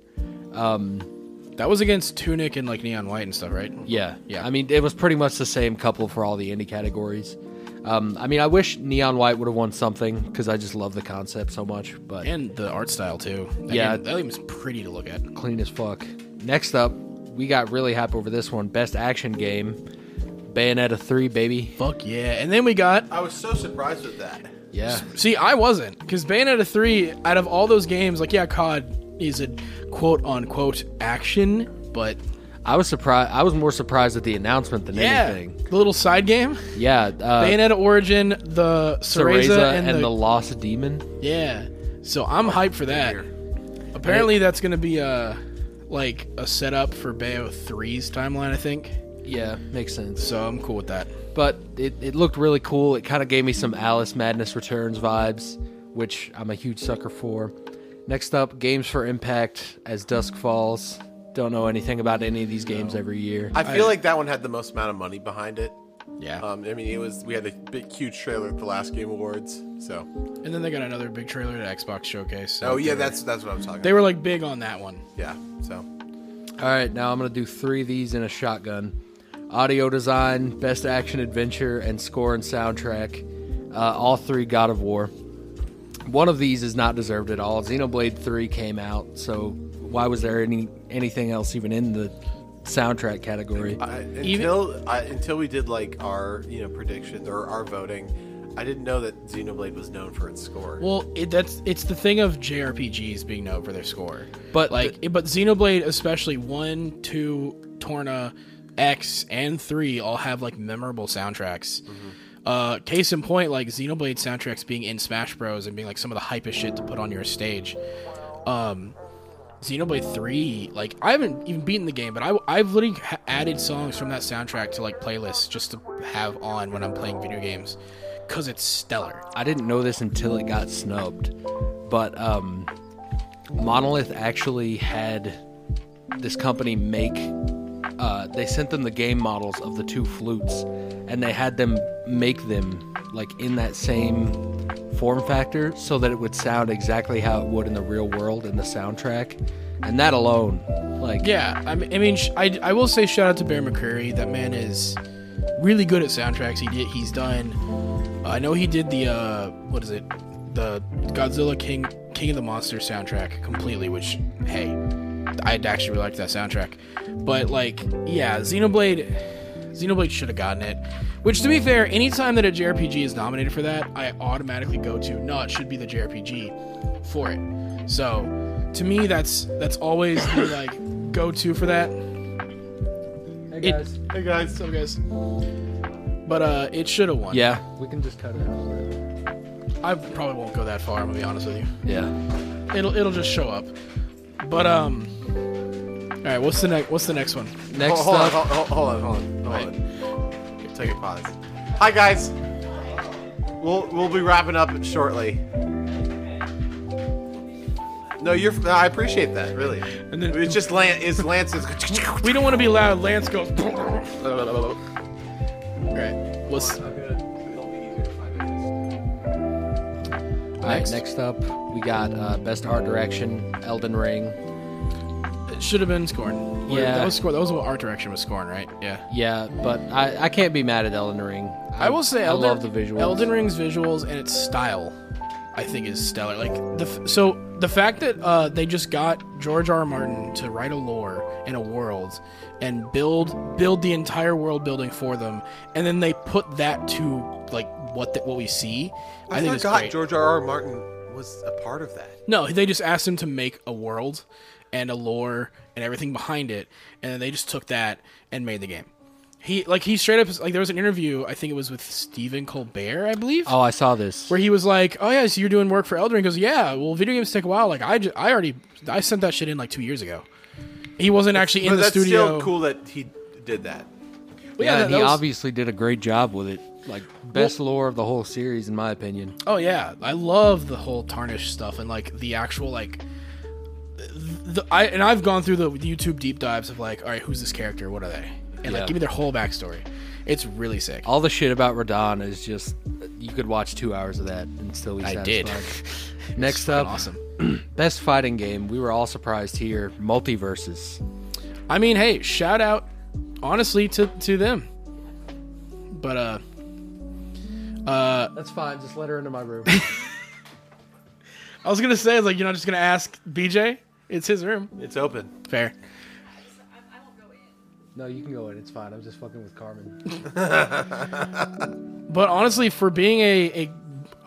That was against Tunic and like Neon White and stuff, right?
Yeah,
Yeah.
I mean, it was pretty much the same couple for all the indie categories. Um, I mean, I wish Neon White would have won something because I just love the concept so much. But
And the art style too. That
Yeah.
game, that game is pretty to look at.
clean as fuck. Next up, we got really hype over this one. Best action game, Bayonetta three, baby.
Fuck yeah. And then we got
I was so surprised with that.
Yeah,
See, I wasn't because Bayonetta three, out of all those games, like yeah, COD is a quote unquote action, but
I was surprised. I was more surprised at the announcement than
yeah,
anything.
the little side game,
Yeah, uh,
Bayonetta Origin, the Cereza,
Cereza
and, the,
Lost Demon.
yeah. So I'm hyped for that. Apparently, that's gonna be a like a setup for Bayo 3's timeline, I think.
Yeah, makes sense.
So I'm cool with that.
But it, it looked really cool. It kind of gave me some Alice Madness Returns vibes, which I'm a huge sucker for. Next up, Games for Impact as Dusk Falls. Don't know anything about any of these games every year.
I feel like that one had the most amount of money behind it.
Yeah.
Um, I mean, it was we had a big, huge trailer at the last Game Awards. So,
and then they got another big trailer at Xbox Showcase. so
oh yeah,
they-
that's that's what I'm talking.
they
about.
were like big on that one.
yeah. So
All right, now I'm going to do three of these in a shotgun audio design, best action adventure, and score and soundtrack. Uh, all three God of War. One of these is not deserved at all. Xenoblade 3 came out, so why was there any anything else even in the soundtrack category?
I, until I, until we did like our you know prediction or our voting, I didn't know that Xenoblade was known for its score.
Well, it, that's it's the thing of JRPGs being known for their score,
But
like, it- but Xenoblade especially one, two, Torna, X, and three all have like memorable soundtracks. Uh, case in point, like Xenoblade soundtracks being in Smash Bros. and being like some of the hypest shit to put on your stage. Um, Xenoblade Three, like I haven't even beaten the game, but I, I've literally ha- added songs from that soundtrack to like playlists just to have on when I'm playing video games, cause it's stellar.
I didn't know this until it got snubbed, but um, Monolith actually had this company make. Uh, they sent them the game models of the two flutes, and they had them make them like in that same form factor, so that it would sound exactly how it would in the real world in the soundtrack. And that alone, like,
Yeah, I mean, I, mean sh- I, I will say shout out to Bear McCreary. That man is really good at soundtracks. He did, he's done. I know he did the uh, what is it, the Godzilla King King of the Monster soundtrack completely. Which hey, I actually really liked that soundtrack. But like, yeah, Xenoblade, Xenoblade should have gotten it. Which to be fair, anytime that a JRPG is nominated for that, I automatically go to no, it should be the JRPG for it. So to me, that's that's always the like go to for that. Hey guys. hey guys. So guys. But uh, it should have won.
yeah,
I probably won't go that far. I'm gonna be honest with you.
yeah.
It'll it'll just show up. But um, all right. What's the next? What's the next one?
Next
hold, hold on,
up,
hold, hold- hold on, hold on, hold on. Take a pause. Hi guys. We'll we'll be wrapping up shortly. No, you're. no, I appreciate that, really. And
then-
then it's just Lance. It's Lance's.
We don't want to be loud. Lance goes. all right. What's
all right,
next?
next up, we got uh, best art direction, Elden Ring,
it should have been Scorn. Wait,
Yeah.
That was Scorn. That was what art direction was Scorn, right? Yeah.
Yeah, but I, I can't be mad at Elden Ring.
I will say, Elden,
I love the visuals.
Elden Ring's visuals and its style, I think, is stellar. Like the f- so the fact that uh, they just got George R. R. Martin to write a lore and a world and build build the entire world building for them, and then they put that to like what the, what we see. I think it's great.
George R. R. Martin was a part of that.
No, they just asked him to make a world and a lore and everything behind it, and then they just took that and made the game. He like he straight up like there was an interview I think it was with Stephen Colbert I believe
oh, I saw this.
where he was like, "Oh yeah, so you're doing work for Elden Ring?" He Goes, "Yeah, well, video games take a while. Like I, ju- I already, I sent that shit in like two years ago. He wasn't actually
but
in the
that's
studio.
still cool that he did that.
But
yeah,
that-
and
that
he
was-
obviously did a great job with it. Like best lore of the whole series, in my opinion.
Oh yeah, I love the whole tarnish stuff and like the actual like the I and I've gone through the YouTube deep dives of like, all right, who's this character? What are they? And
Yeah.
like, give me their whole backstory. It's really sick.
All the shit about Radon is just you could watch two hours of that and still be
I
satisfied.
did.
Next up,
awesome.
best fighting game. We were all surprised here. Multiverses.
I mean, hey, shout out honestly to to them. But uh, uh,
That's fine. Just let her into my room.
I was gonna say like, you're not just gonna ask BJ. It's his room.
It's open.
Fair.
No, you can go in. It's fine. I'm just fucking with Carmen.
But honestly, for being a, a,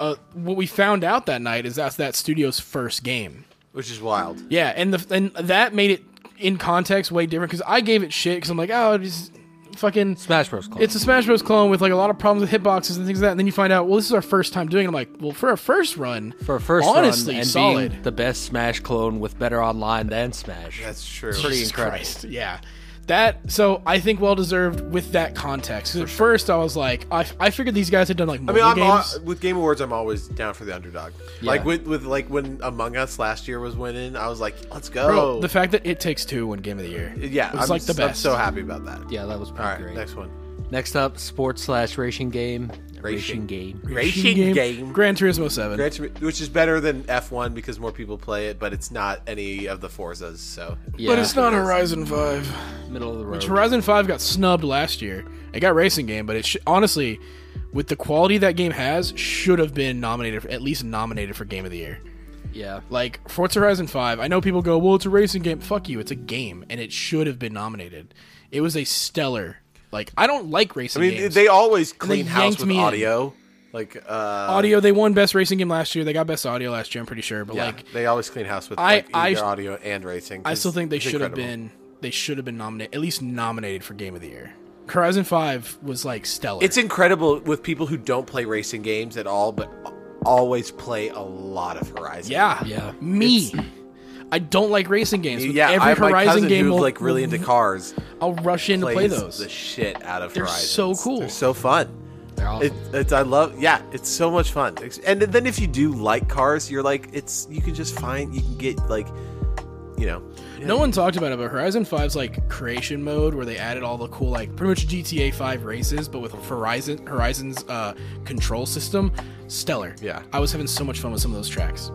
a what we found out that night is that's that studio's first game.
which is wild.
Yeah, and the and that made it in context way different because I gave it shit because I'm like, oh, just fucking.
Smash Bros. Clone.
It's a Smash Bros. clone with like a lot of problems with hitboxes and things like that. And then you find out, well, this is our first time doing. it. I'm like, well, for our first run,
for a first
honestly
run and
solid.
being the best Smash clone with better online than Smash.
That's true.
pretty
Jesus
incredible.
Christ, yeah. That so I think well deserved with that context. 'Cause at first I was like, I, I figured these guys had done like
I
mobile
mean, I'm uh, al-
games.
with Game Awards, I'm always down for the underdog. Like with, with like when Among Us last year was winning, I was like, let's go.
Bro, the fact that it takes two won Game of the Year,
Uh, yeah,
was
I'm,
like the
s- I'm
best.
so happy about that.
Yeah, that was pretty
All right,
great.
next one.
Next up, sports slash racing game. Racing game.
Racing game.
Gran Turismo Seven.
Gran Turismo- Which is better than F1 because more people play it, but it's not any of the Forzas. So
Yeah,
But it's not Horizon Five.
middle of the road.
Which Horizon Five got snubbed last year. It got racing game, but it sh- honestly, with the quality that game has, should have been nominated for, at least nominated for Game of the Year.
yeah,
Like Forza Horizon 5, I know people go, "Well, it's a racing game." Fuck you, it's a game and it should have been nominated. It was a stellar. Like I don't like racing
I mean,
games.
they uh, always clean house
yanked
with
me in.
audio. Like uh,
audio, they won best racing game last year. They got best audio last year, I'm pretty sure, but
yeah,
like
they always clean house with
I-
like,
I-
either audio and racing.
I
'cause
still think they
it's
should have
incredible.
been they should have been nominated, at least nominated for Game of the Year. Horizon 5 was like stellar.
It's incredible with people who don't play racing games at all, but always play a lot of Horizon.
Yeah.
Yeah.
Me. I don't like racing games. But
Yeah,
every
I have
Horizon
my cousin
game
who's
will,
like really into cars.
I'll rush in to play
plays
those.
the shit out of
They're
Horizons.
so cool.
They're so fun.
they're awesome.
It, it's I love yeah. It's so much fun. It's- And then if you do like cars, you're like it's you can just find you can get like you know
No one talked about it, but Horizon 5's like creation mode where they added all the cool like pretty much GTA 5 races, but with Horizon Horizon's uh, control system. Stellar.
Yeah.
I was having so much fun with some of those tracks.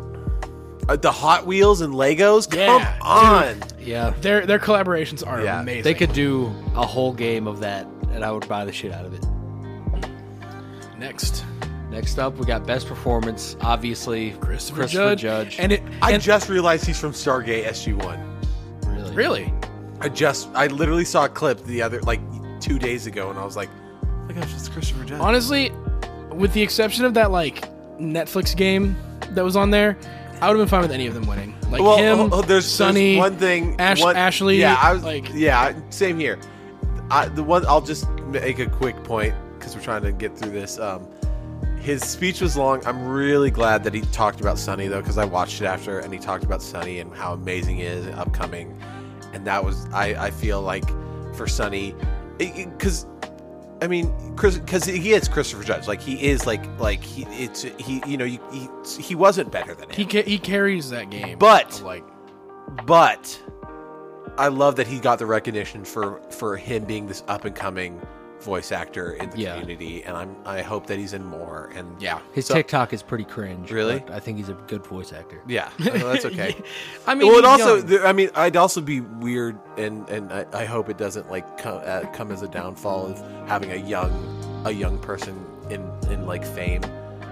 uh, the Hot Wheels and Legos.
Yeah,
Come on,
yeah,
Their their collaborations are
Yeah.
amazing.
they could do a whole game of that, and I would buy the shit out of it.
next.
Next up, we got best performance. Obviously,
Christopher,
Judge.
And it
I
and-
just realized he's from Stargate SG One.
really,
really
I just I literally saw a clip the other like two days ago, and I was like, oh my gosh, that's Christopher Judge.
honestly, with the exception of that like Netflix game that was on there, I would have been fine with any of them winning. Like
well,
him,
oh, oh, there's
Sonny,
there's one thing.
Ash-
one-
Ashley.
Yeah, I was
like
yeah, same here. I, the one I'll just make a quick point because we're trying to get through this. Um, his speech was long. I'm really glad that he talked about Sonny though, because I watched it after, and he talked about Sonny and how amazing he is and upcoming, and that was I I feel like for Sonny, because. I mean, Chris, because he is Christopher Judge. Like he is, like like he, it's he. You know, you, he he wasn't better than him.
he ca- he carries that game,
But-
like
but I love that he got the recognition for for him being this up and coming voice actor in the
Yeah.
community, and I'm I hope that he's in more. And
yeah.
His
So-
TikTok is pretty cringe.
Really?
but I think he's a good voice actor.
yeah, well, that's okay.
I mean,
well, it
he's
also,
young.
there, I mean, I'd also be weird, and and I, I hope it doesn't like come, uh, come as a downfall of having a young a young person in in like fame.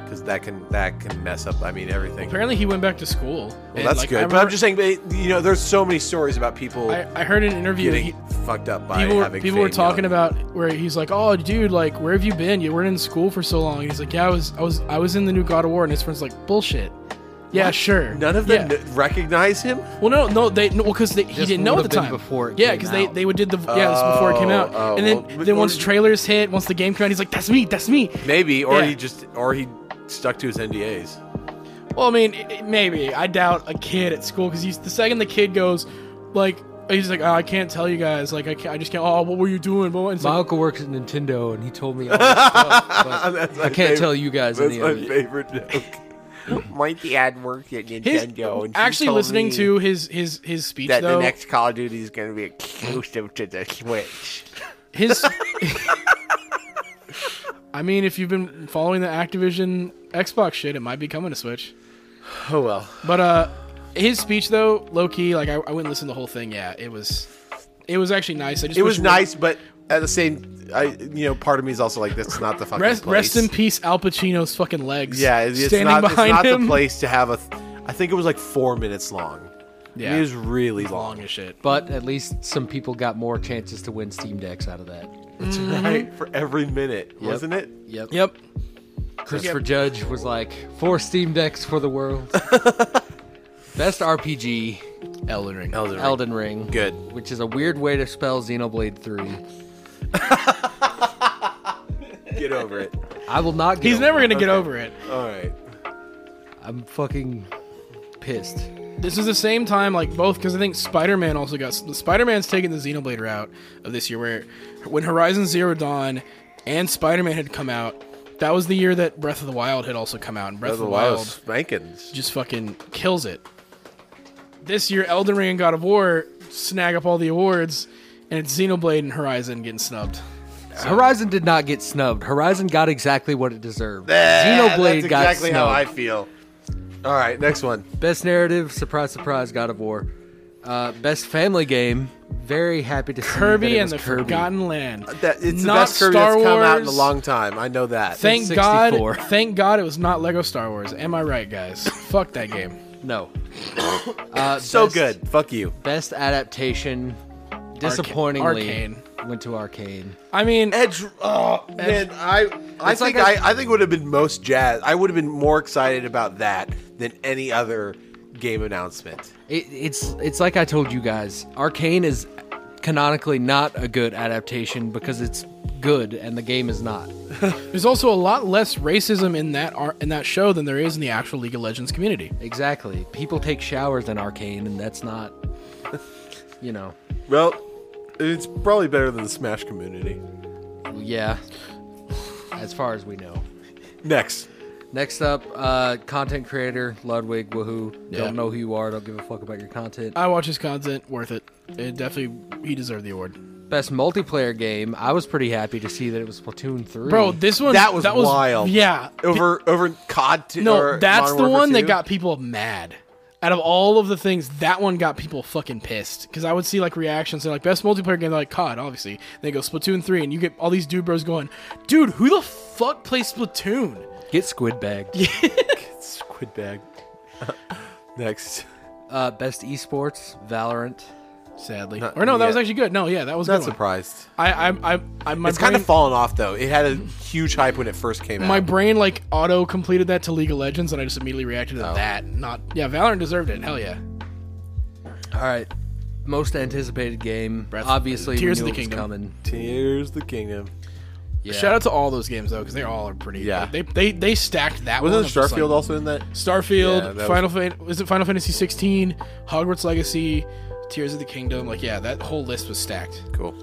Because that can that can mess up. I mean everything.
Apparently, he went back to school.
well, that's good. but I'm just saying. but, You know, there's so many stories about people
I, I heard an interview.
getting
He,
fucked up by
people were,
having
people were
fame
talking
young.
about where he's like, "Oh, dude, like, where have you been? You weren't in school for so long." And he's like, "Yeah, I was, I was, I was in the new God of War." And his friends like, "Bullshit." Yeah, sure.
None of
Yeah.
them kn- recognize him.
Well, no, no, they no, well because he
This
didn't know at
would
the
have been
time
before it
yeah,
came
because they
out.
they would did the yeah this was before it came out,
Oh, oh,
and then
well,
then
or-
once trailers hit, once the game came out, he's like, "That's me, that's me."
Maybe, or
Yeah.
he just, or he stuck to his NDAs.
Well, I mean, i i- maybe I doubt a kid at school because the second the kid goes, like, he's like, oh, "I can't tell you guys, like, I can't, I just can't." Oh, what were you doing? What? It's
My
like,
uncle works at Nintendo, and he told me all this stuff, but
That's
I can't tell you guys
That's
any
my
of it.
favorite joke. my dad worked at
his,
Nintendo, and
actually listening to his his his speech
that
though,
the next Call of Duty is going to be exclusive to the Switch.
his. I mean, if you've been following the Activision Xbox shit, it might be coming to Switch.
Oh well,
But uh his speech though, low key, like I, I wouldn't listen to the whole thing. Yeah, it was it was actually nice. I just
it
wish
was nice, but at the same, I you know, part of me is also like, that's not the fucking
Rest,
place.
rest in peace, Al Pacino's fucking legs.
Yeah, it's, it's
standing
not, it's
behind
not
him.
the place to have a. Th- I think it was like four minutes long. Yeah. it was really long.
long as shit.
But at least some people got more chances to win Steam Decks out of that.
That's right. For every minute, wasn't it?
Yep.
Yep.
Christopher Judge was like, four Steam Decks for the world. Best RPG,
Elden Ring.
Elden Ring.
Elden Ring.
Good.
Which is a weird way to spell Xenoblade 3.
Get over it.
I will not get
He's
over
never
it.
gonna get over it.
All right.
I'm fucking pissed.
This is the same time, like both, because I think Spider Man also got Spider Man's taking the Xenoblade route of this year, where when Horizon Zero Dawn and Spider Man had come out, that was the year that Breath of the Wild had also come out, and Breath of the Wild
spankings.
just fucking kills it. This year, Elden Ring and God of War snag up all the awards, and it's Xenoblade and Horizon getting snubbed.
Horizon did not get snubbed. Horizon got exactly what it deserved. Xenoblade
that's
got
exactly how
snubbed.
I feel. All right, next one.
Best narrative, surprise, surprise, God of War. Uh, best family game. Very happy to see that
Kirby
it
and the
was Kirby.
Forgotten Land.
That it's
Not
the best Kirby
Star
that's come out in a
Wars.
long time. I know that.
Thank
64.
God! Thank God it was not Lego Star Wars. Am I right, guys? Fuck that game.
No. Uh,
so
best-
good. Fuck you.
Best adaptation. Disappointingly,
Arcane.
went to Arcane.
I mean,
Edge. Oh man, I I
It's like
think
I-
I, I think would have been most jazz. I would have been more excited about that than any other game announcement.
It, it's it's like I told you guys. Arcane is canonically not a good adaptation because it's good and the game is not.
There's also a lot less racism in that ar- in that show than there is in the actual League of Legends community.
Exactly. People take showers in Arcane, and that's not, you know,
Well, it's probably better than the Smash community.
yeah. As far as we know.
Next.
Next up, uh, content creator Ludwig. Woohoo!
Yeah.
Don't know who you are. Don't give a fuck about your content.
I watch his content, worth it. It definitely he deserved the award.
Best multiplayer game. I was pretty happy to see that it was Splatoon three.
Bro, this one
Mm. That was wild.
Yeah.
Over over COD. T-
No,
or
that's
Modern
the
Warfare
one that
2?
got people mad. Out of all of the things, that one got people fucking pissed. Because I would see like reactions. They're like, best multiplayer game. They're like, COD, obviously. And they go, Splatoon 3. And you get all these dude bros going, dude, who the fuck plays Splatoon?
get squid bagged.
Squid bag. Next.
Uh, best esports Valorant.
Sadly.
Not-
or no, that was
yeah.
actually good. No, yeah, that was a
Not
good. one.
surprised.
I, I, I, I my
It's kind
brain-
of fallen off though. It had a huge hype when it first came
My
out.
brain like auto completed that to League of Legends, and I just immediately reacted
Oh.
to that. Not yeah, Valorant deserved it. Hell yeah,
All right, most anticipated game.
Breath-
Obviously, we
Tears of
knew
the
it was
Kingdom.
coming.
Tears the Kingdom.
Yeah.
shout out to all those games though, because they all are pretty.
Yeah.
they they, they stacked that.
Wasn't
one up just, like,
Starfield also in that? Yeah,
Starfield,
that
Final Fan, is it Final Fantasy 16, Hogwarts Legacy, Tears of the Kingdom? Like yeah, that whole list was stacked.
Cool.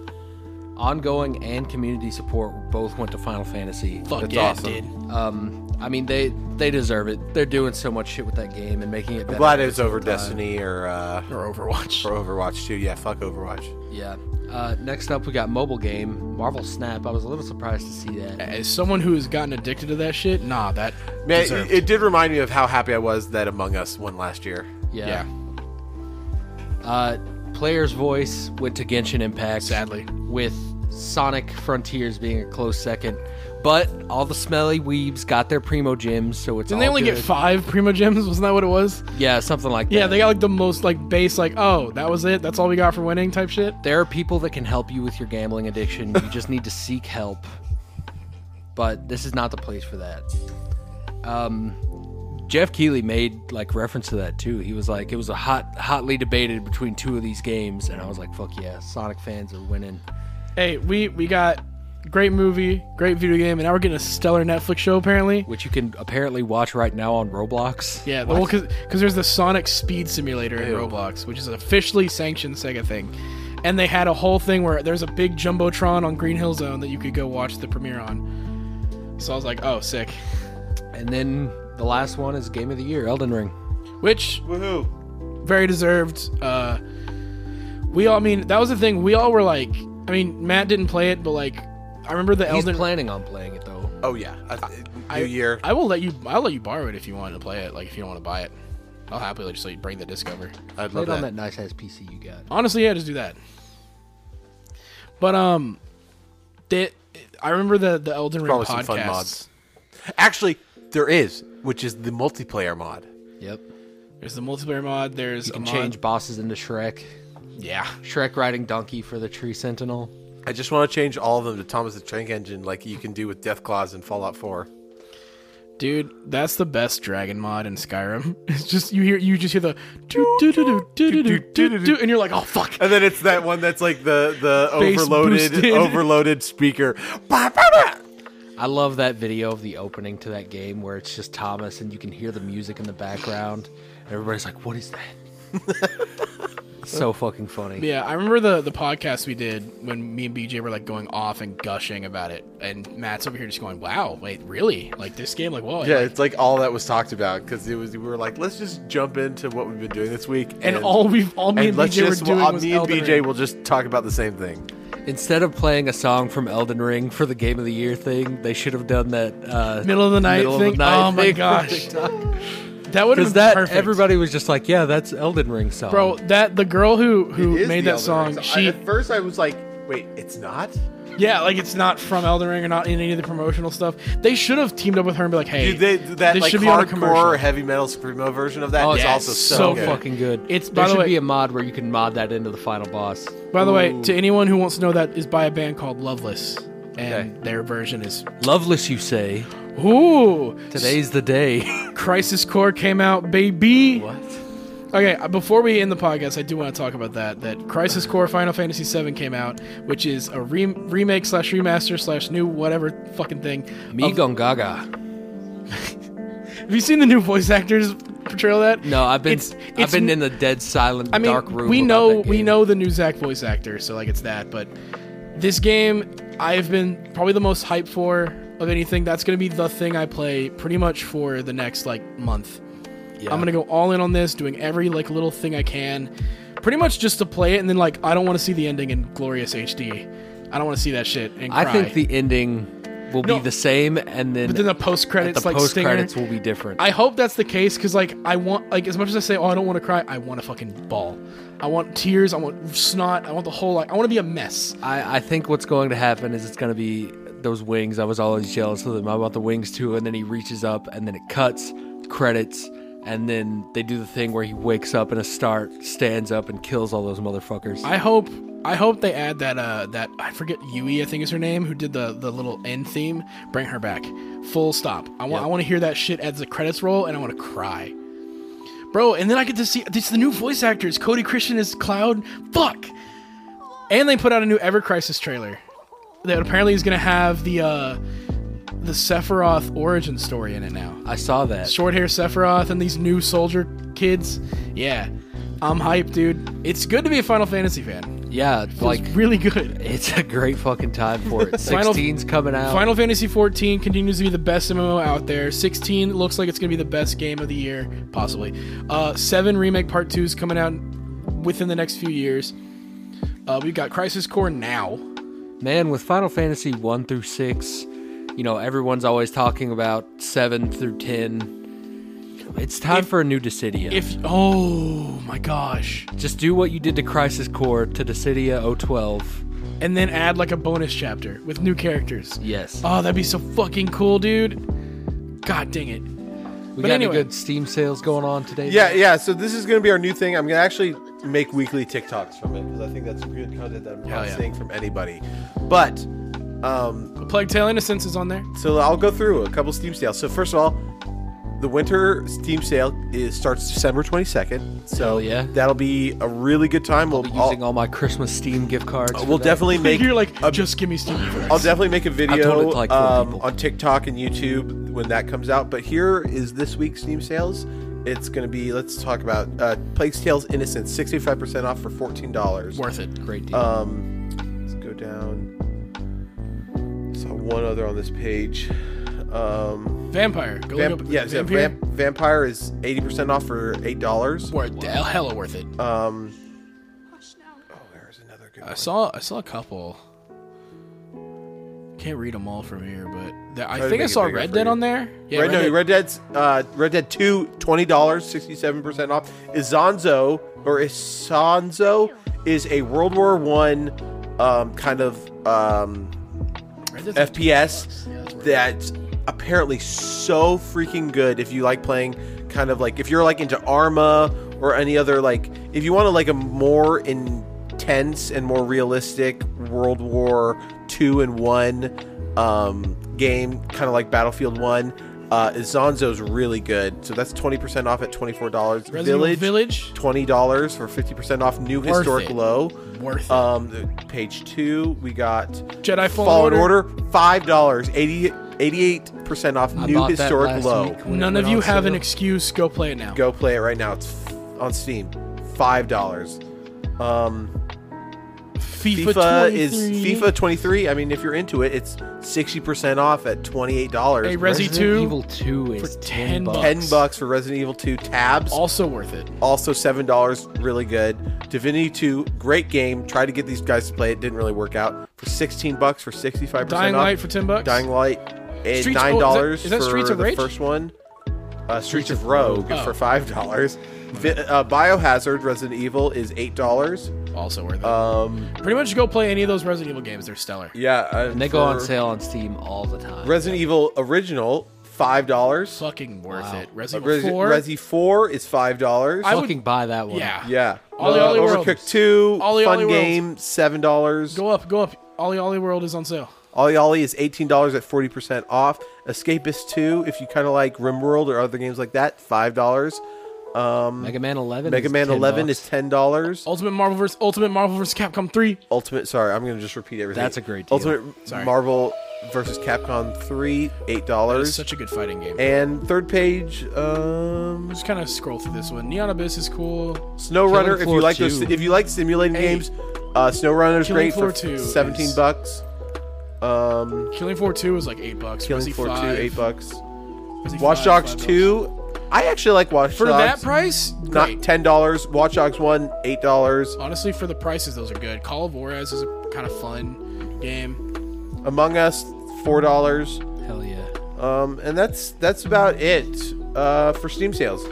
Ongoing and community support both went to Final Fantasy.
Fuck
That's
yeah,
awesome.
dude.
Um, I mean they they deserve it. They're doing so much shit with that game and making it.
I'm
Better
glad
every
it was over
single time.
Destiny or uh,
Or Overwatch.
or Overwatch too. Yeah, fuck Overwatch.
Yeah. Uh, next up, we got mobile game Marvel Snap. I was a little surprised to see that.
As someone who has gotten addicted to that shit, nah, that
Man,
deserved.
it, it did remind me of how happy I was that Among Us won last year.
yeah.
Yeah. Uh, player's voice went to Genshin Impact.
Sadly.
with Sonic Frontiers being a close second. But all the smelly weebs got their primo gems, so it's
Didn't
all
they only
good.
get five Primo gems? Wasn't that what it was?
yeah, something like that.
Yeah, they got like the most like base like oh that was it that's all we got for winning type shit.
there are people that can help you with your gambling addiction. You just need to seek help. But this is not the place for that. Um, Jeff Keighley made like reference to that too. He was like, it was a hot, hotly debated between two of these games, and I was like, fuck yeah, Sonic fans are winning.
Hey, we we got great movie, great video game, and now we're getting a stellar Netflix show apparently.
Which you can apparently watch right now on Roblox.
Yeah, well, because there's the Sonic Speed Simulator in
Ew.
Roblox, which is an officially sanctioned Sega thing, and they had a whole thing where there's a big jumbotron on Green Hill Zone that you could go watch the premiere on. So I was like, oh, sick.
And then the last one is Game of the Year, Elden Ring.
Which
Woohoo!
very deserved. Uh, we all, I mean, that was the thing. We all were like, I mean, Matt didn't play it, but like, I remember the
He's
Elden.
planning on playing it though.
Oh yeah, I, New Year.
I will let you. I'll let you borrow it if you want to play it. Like if you don't want to buy it, I'll happily just let you bring the disc over.
I'd
Play
love
it on
that.
that nice ass PC you got.
Honestly, yeah, just do that. But um, they, I remember the the Elden Ring
Probably
podcast.
some fun mods. Actually, there is, which is the multiplayer mod.
Yep.
There's the multiplayer mod. There's
You can
a mod-
change bosses into Shrek.
Yeah,
Shrek riding donkey for the tree sentinel.
I just want to change all of them to Thomas the Tank Engine, like you can do with Death Claws in Fallout 4.
dude, that's the best dragon mod in Skyrim. It's just you hear you just hear the do do do do do do do do, and you're like, oh fuck.
And then it's that one that's like the the
Bass
overloaded
boosted.
overloaded speaker. Bah, bah, bah.
I love that video of the opening to that game where it's just Thomas and you can hear the music in the background. Everybody's like, "What is that?" It's so fucking funny.
Yeah, I remember the the podcast we did when me and BJ were like going off and gushing about it, and Matt's over here just going, "Wow, wait, really? Like this game? Like whoa!"
Yeah, it's like all that was talked about because it was we were like, let's just jump into what we've been doing this week,
and, all we've all me
and
and,
let's
BJ
just
were doing
well, uh,
was
me and
Elden
BJ
Ring.
will just talk about the same thing.
Instead of playing a song from Elden Ring for the Game of the Year thing, they should have done that uh,
Middle of the night
middle of
thing?
night
Oh my
thing for
gosh.
TikTok.
that would have
Because
been
that
perfect.
everybody was just like, "Yeah, that's Elden Ring song."
bro. That the girl who
It
who
is
made
the
that
Elden
song,
Ring. So I-
she
at first I was like, wait, it's not.
yeah, like it's not from Elden Ring or not in any of the promotional stuff. They should have teamed up with her and be like, hey,
Dude, they, that
this
like
should be on a commercial.
hardcore heavy metal screamo version of that
oh,
is
it's
yeah,
also
it's
so,
so
good.
fucking good.
It's- by
there
the
should
way-
be a mod where you can mod that into the final boss.
By the way, to anyone who wants to know that is by a band called Loveless, and their version is
Loveless, you say?
ooh.
Today's the day.
Crisis Core came out, baby.
what?
Okay, uh, before we end the podcast, I do want to talk about that. That Crisis Core Final Fantasy VII came out, which is a re- remake slash remaster slash new whatever fucking thing.
Me
of-
gone gaga.
have you seen the new voice actors portrayal that?
No, I've been
It's-
I've
it's
been
n-
in the dead silent
I mean,
dark room.
we
about
know
that
we
game.
know the new Zack voice actor, so like it's that. But this game, I've been probably the most hyped for of anything. That's gonna be the thing I play pretty much for the next like month.
Yeah.
I'm gonna go all in on this, doing every like little thing I can, pretty much just to play it. And then like I don't want to see the ending in glorious HD. I don't want to see that shit. And
I
cry.
think the ending will
No.
be the same, and then,
but then the post
at the
credits like
post
stinger.
credits will be different.
I hope that's the case because like I want like as much as I say oh I don't want to cry I want to fucking ball I want tears I want snot I want the whole like I want to be a mess
I, I think what's going to happen is it's going to be those wings. I was always jealous of them. I want the wings too. And then he reaches up, and then it cuts, credits, and then they do the thing where he wakes up in a start, stands up, and kills all those motherfuckers.
I hope I hope they add that uh that I forget Yui I think is her name who did the the little end theme bring her back full stop I want I want to hear that shit as the credits roll and I want to cry bro and then I get to see it's the new voice actors Cody Christian is Cloud fuck and they put out a new Ever Crisis trailer that apparently is gonna have the uh the Sephiroth origin story in it now
I saw that.
short hair Sephiroth and these new soldier kids yeah. I'm hyped, dude. It's good to be a Final Fantasy fan
Yeah,
like
like
really good.
it's a great fucking time for it.
Final-
16's coming out.
Final Fantasy 14 continues to be the best MMO out there. 16 looks like it's going to be the best game of the year, possibly. Uh, 7 Remake Part 2 is coming out within the next few years. Uh, we've got Crisis Core now.
Man, with Final Fantasy 1 through 6, you know, everyone's always talking about 7 through 10. It's time for a new Dissidia.
If oh my gosh,
Just do what you did to Crisis Core to Dissidia 012.
and then add like a bonus chapter with new characters.
Yes.
Oh, that'd be so fucking cool, dude. God dang it.
we
but
got
anyway.
any good Steam sales going on today?
Yeah, yeah. So this is going to be our new thing. I'm going to actually make weekly TikToks from it because I think that's good content that I'm
Hell
not
yeah.
seeing from anybody. But um,
Plague Tale Innocence is on there.
so I'll go through a couple Steam sales. So first of all, the winter Steam sale is starts December 22nd. So
Hell yeah.
that'll be a really good time. We'll
Using
I'll-
all my Christmas Steam gift cards. for
Oh. Uh, we'll
that.
definitely make
You're like,
a
just give me Steam.
I'll definitely make a
told it
video
to, like, four
um,
people.
on TikTok and YouTube when that comes out. But here is this week's Steam sales. It's going to be, let's talk about uh, Plague's Tale's Innocence, 65% off for $14.
Worth it.
Great deal.
Um, let's go down. Saw one other on this page. Um,
Vampire. Go
vamp-
look up
yeah, so vamp- Vampire is 80% off for $8.
Worth the hella worth it.
Um, oh, there's another good
I
one.
saw I saw a couple. Can't read them all from here, but th- I
to
think I
make it
saw
bigger
Red
for
Dead
you.
on there. Yeah,
Red, no, Red Dead's uh, Red Dead 2, $20, 67% off. Izanzo or Isanzo is a World War One um, kind of um,
Red Dead's
FPS that's apparently so freaking good if you like playing kind of like if you're like into Arma or any other like if you want to like a more intense and more realistic World War two and one um, game, kind of like Battlefield one. Uh, Zonzo's really good, so that's twenty percent off at twenty four dollars.
Resident Evil Village,
twenty dollars for fifty percent off. New
Worth
historic
it.
low.
worth it.
Um, the- page two, we got
Jedi Fallen
Order, five dollars, 88 percent off.
I
new
bought that
historic
last
low.
week when it
None
went
of you
on
have an
sale.
excuse. Go play it now.
Go play it right now. It's f- on Steam, five dollars. Um,
FIFA,
FIFA is
23.
FIFA 23. I mean, if you're into it, it's 60 percent off at 28 dollars.
Hey, Resi
Resident
2.
Evil 2
for
is
10
10 bucks.
bucks.
10 bucks for Resident Evil 2 tabs.
Also worth it.
also seven dollars really good divinity 2 great game tried to get these guys to play it didn't really work out for 16 bucks for 65
Dying
off.
Light for 10 bucks?
dying light and
Streets- oh,
nine
is that-
dollars
is that
for
Streets of
the
Rage?
first one uh, Streets, of Rogue
Rogue. Oh.
for five dollars. Uh, Biohazard Resident Evil is eight dollars.
Also worth it.
Um,
Pretty much go play any of those Resident Evil games. They're stellar.
yeah, uh,
And they go on
for
sale on Steam all the time.
Resident Evil Original five dollars.
Fucking worth
Wow.
it. Resident Evil
Uh,
4.
Resi Resi Four is five dollars.
I would-
fucking buy that one.
yeah.
Yeah,
Ollie
Uh,
Ollie World.
Overcooked Two,
Ollie
fun
Ollie World.
game, seven dollars.
Go up, go up. Ollie Ollie World is on sale.
Ollie Ollie is eighteen dollars at forty percent off. Escapist Two, if you kind of like RimWorld or other games like that, five dollars.
Mega Man 11.
Mega
is
Man
10
Eleven
bucks.
is ten dollars.
Ultimate Marvel vs. Ultimate Marvel vs. Capcom 3.
Ultimate. Sorry, I'm going to just repeat everything.
That's a great deal.
Ultimate
Sorry.
Marvel versus Capcom three, eight
It's
dollars.
such a good fighting game.
And third page, um,
Just kind of scroll through this one. Neon Abyss is cool.
Snow
Killing
Runner. If you
Floor
like those,
2.
if you like simulating
Hey.
games, uh, Snow Runner is
Killing
great
Floor
for
2
seventeen
is-
bucks. Um,
Killing Floor 2 is like 8 bucks.
Killing
Resi
Floor
5,
two, eight bucks.
Resi
Watch
5,
Dogs
$5.
two, I actually like Watch
For that
Dogs.
price? Great.
Not ten dollars. Watch Dogs one, eight dollars.
Honestly, for the prices, those are good. Call of Juarez is a kind of fun game.
Among Us, four dollars.
Hell yeah.
Um, and that's that's about it uh, for Steam sales.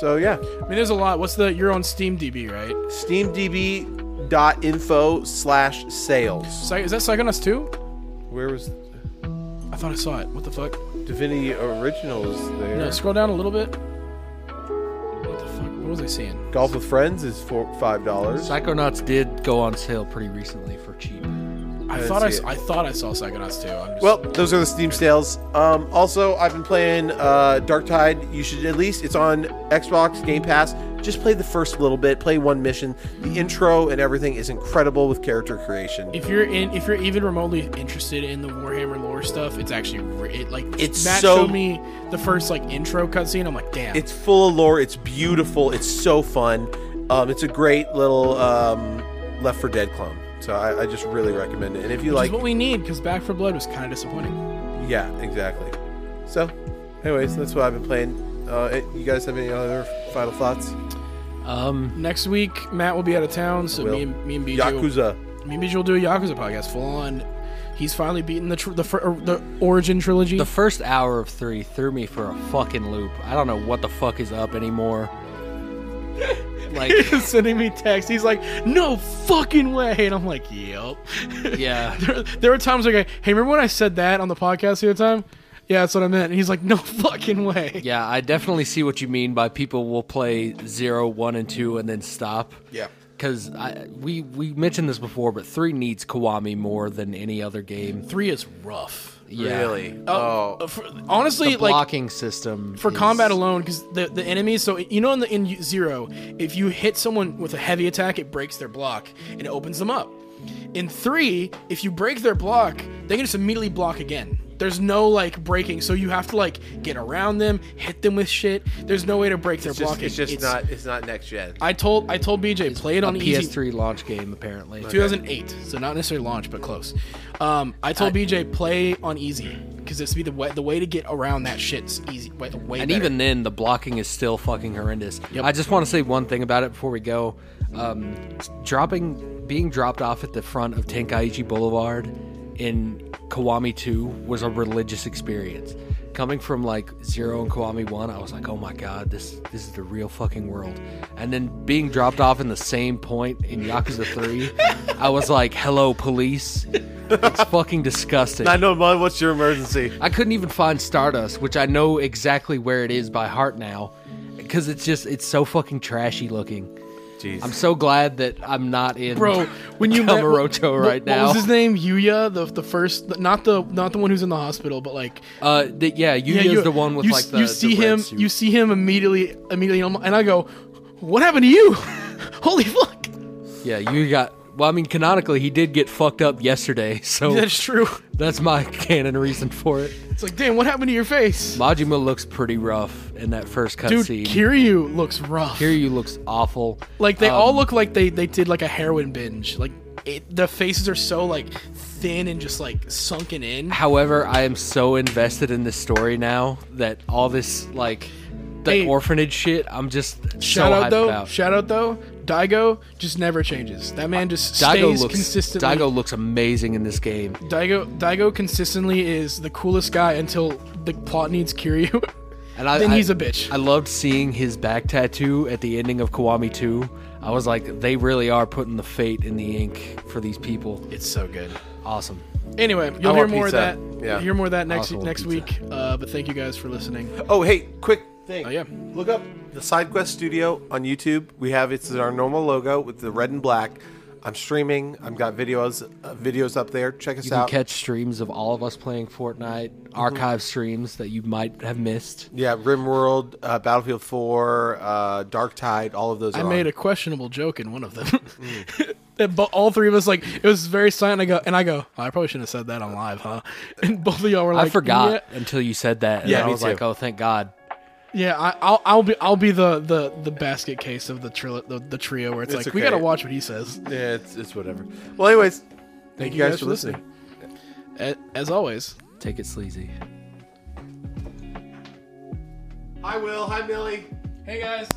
So
I
yeah,
mean, there's a lot. What's the? You're on Steam DB, right?
steamdb.info slash sales.
Psy- Is that Psychonauts 2?
Where was
I thought I saw it. What the fuck?
Divinity Originals there?
No, scroll down a little bit. What the fuck? What was I seeing?
Golf with Friends is four, five dollars.
Psychonauts did go on sale pretty recently for cheap.
I
didn't
thought I,
see
s-
it.
I thought I saw Psychonauts 2. I'm just,
Well, those are the Steam sales. Um, also, I've been playing uh, Dark Tide. You should at least it's on Xbox Game Pass. Just play the first little bit. Play one mission. The intro and everything is incredible with character creation.
if you're in, if you're even remotely interested in the Warhammer lore stuff, it's actually re- it, like
It's
Matt
so-
showed me the first like intro cutscene. I'm like, damn.
It's full of lore. It's beautiful. It's so fun. Um, it's a great little um, Left for Dead clone. So I, I just really recommend it. And if you
which
like,
is what we need because Back for Blood was kind of disappointing.
yeah, exactly. So, anyways, that's what I've been playing. Uh, it- you guys have any other final thoughts?
Um,
Next week, Matt will be out of town, so
Will.
me and me and BJ will-
Yakuza.
me and BJ will do a Yakuza podcast full on. He's finally beaten the tr- the, fir- or the origin trilogy.
the first hour of three threw me for a fucking loop. I don't know what the fuck is up anymore. Like,
He's sending me texts. He's like, "No fucking way," and I'm like, "Yep."
yeah.
there, there were times like, "Hey, remember when I said that on the podcast the other time?" Yeah, that's what I meant. And he's like, "No fucking way."
Yeah, I definitely see what you mean by people will play zero, one, and two, and then stop.
Yeah.
Because we we mentioned this before, but three needs Kiwami more than any other game.
Three is rough.
Yeah.
Really?
Uh,
oh,
for- honestly,
The
like
blocking system
for
is-
combat alone, because the the enemies. So you know, in the in zero, if you hit someone with a heavy attack, it breaks their block and it opens them up. In three, if you break their block, they can just immediately block again. There's no like breaking, so you have to like get around them, hit them with shit. There's no way to break their
it's
block.
just, it's
It-
just not. It's not next gen.
I told I told BJ play it
a
on easy.
PS3 launch game apparently.
2008, so not necessarily launch, but close. Um, I told BJ play on easy because this would be the way the way to get around that shit's easy. Way, way
And
better.
even then, the blocking is still fucking horrendous.
Yep.
I just want to say one thing about it before we go. Um, dropping, being dropped off at the front of Tenkaichi Boulevard in Kiwami 2 was a religious experience. Coming from like Zero and Kiwami 1, I was like, oh my god, this this is the real fucking world. And then being dropped off in the same point in Yakuza 3, I was like, hello, police. It's fucking disgusting.
I know, Mom. What's your emergency?
I couldn't even find Stardust, which I know exactly where it is by heart now. because it's just it's so fucking trashy looking.
Jeez.
I'm so glad that I'm not in
bro. When you met-
Kamurocho
what-
right
what
now.
was his name? Yuya, the the first, not the not the one who's in the hospital, but like
uh, th- yeah, Yuya's
you-
the one with
you,
like the
you
the
see
red
him
suit.
you see him immediately immediately and I'm- and I go, what happened to you? Holy fuck!
yeah, you got. Well, I mean, canonically, he did get fucked up yesterday, so
That's true.
that's my canon reason for it.
It's like, damn, what happened to your face,
Majima looks pretty rough in that first
dude?
cutscene.
Kiryu looks rough.
Kiryu looks awful.
Like they
Um,
all look like they they did like a heroin binge. Like it, the faces are so like thin and just like sunken in.
However, I am so invested in this story now that all this like the
Hey.
orphanage shit, I'm
Shout
just so
out
hyped
though,
about.
shout out though, Daigo just never changes. That man just
Daigo
stays
looks
consistently.
Daigo looks amazing in this game.
Daigo Daigo consistently is the coolest guy until the plot needs Kiryu.
And I,
then
I-
he's a bitch.
I loved seeing his back tattoo at the ending of Kiwami 2. I was like, they really are putting the fate in the ink for these people.
it's so good.
Awesome.
Anyway, you'll
I
hear
want
more
pizza.
of that.
Yeah.
You'll hear more of that next
Also want
next week.
pizza.
Uh, but thank you guys for listening.
Oh, hey, quick thing.
Oh, yeah.
Look up the SideQuest Studio on YouTube. We have it's our normal logo with the red and black. I'm streaming. I've got videos uh, videos up there. Check us
You
out. Mm-hmm.
can catch streams of all of us playing Fortnite, archive streams that you might have missed.
yeah, RimWorld, uh, Battlefield 4, uh, Dark Tide, all of those.
I
are
made
on.
a questionable joke in one of them. And But all three of us like it was very silent. I go and I go. "Oh, I probably shouldn't have said that on live, huh? And both of y'all were like,
I forgot
"Yeah."
until you said that. And
Yeah,
I
me
was like,
too.
oh, thank God.
Yeah, I, I'll I'll be I'll be the the, the basket case of the, tril- the the trio where it's,
It's
like we
okay.
gotta watch what he says.
Yeah, it's, it's whatever. Well, anyways, thank, you guys, for listening.
A- As always,
Take it sleazy.
I will. Hi, Millie.
hey guys.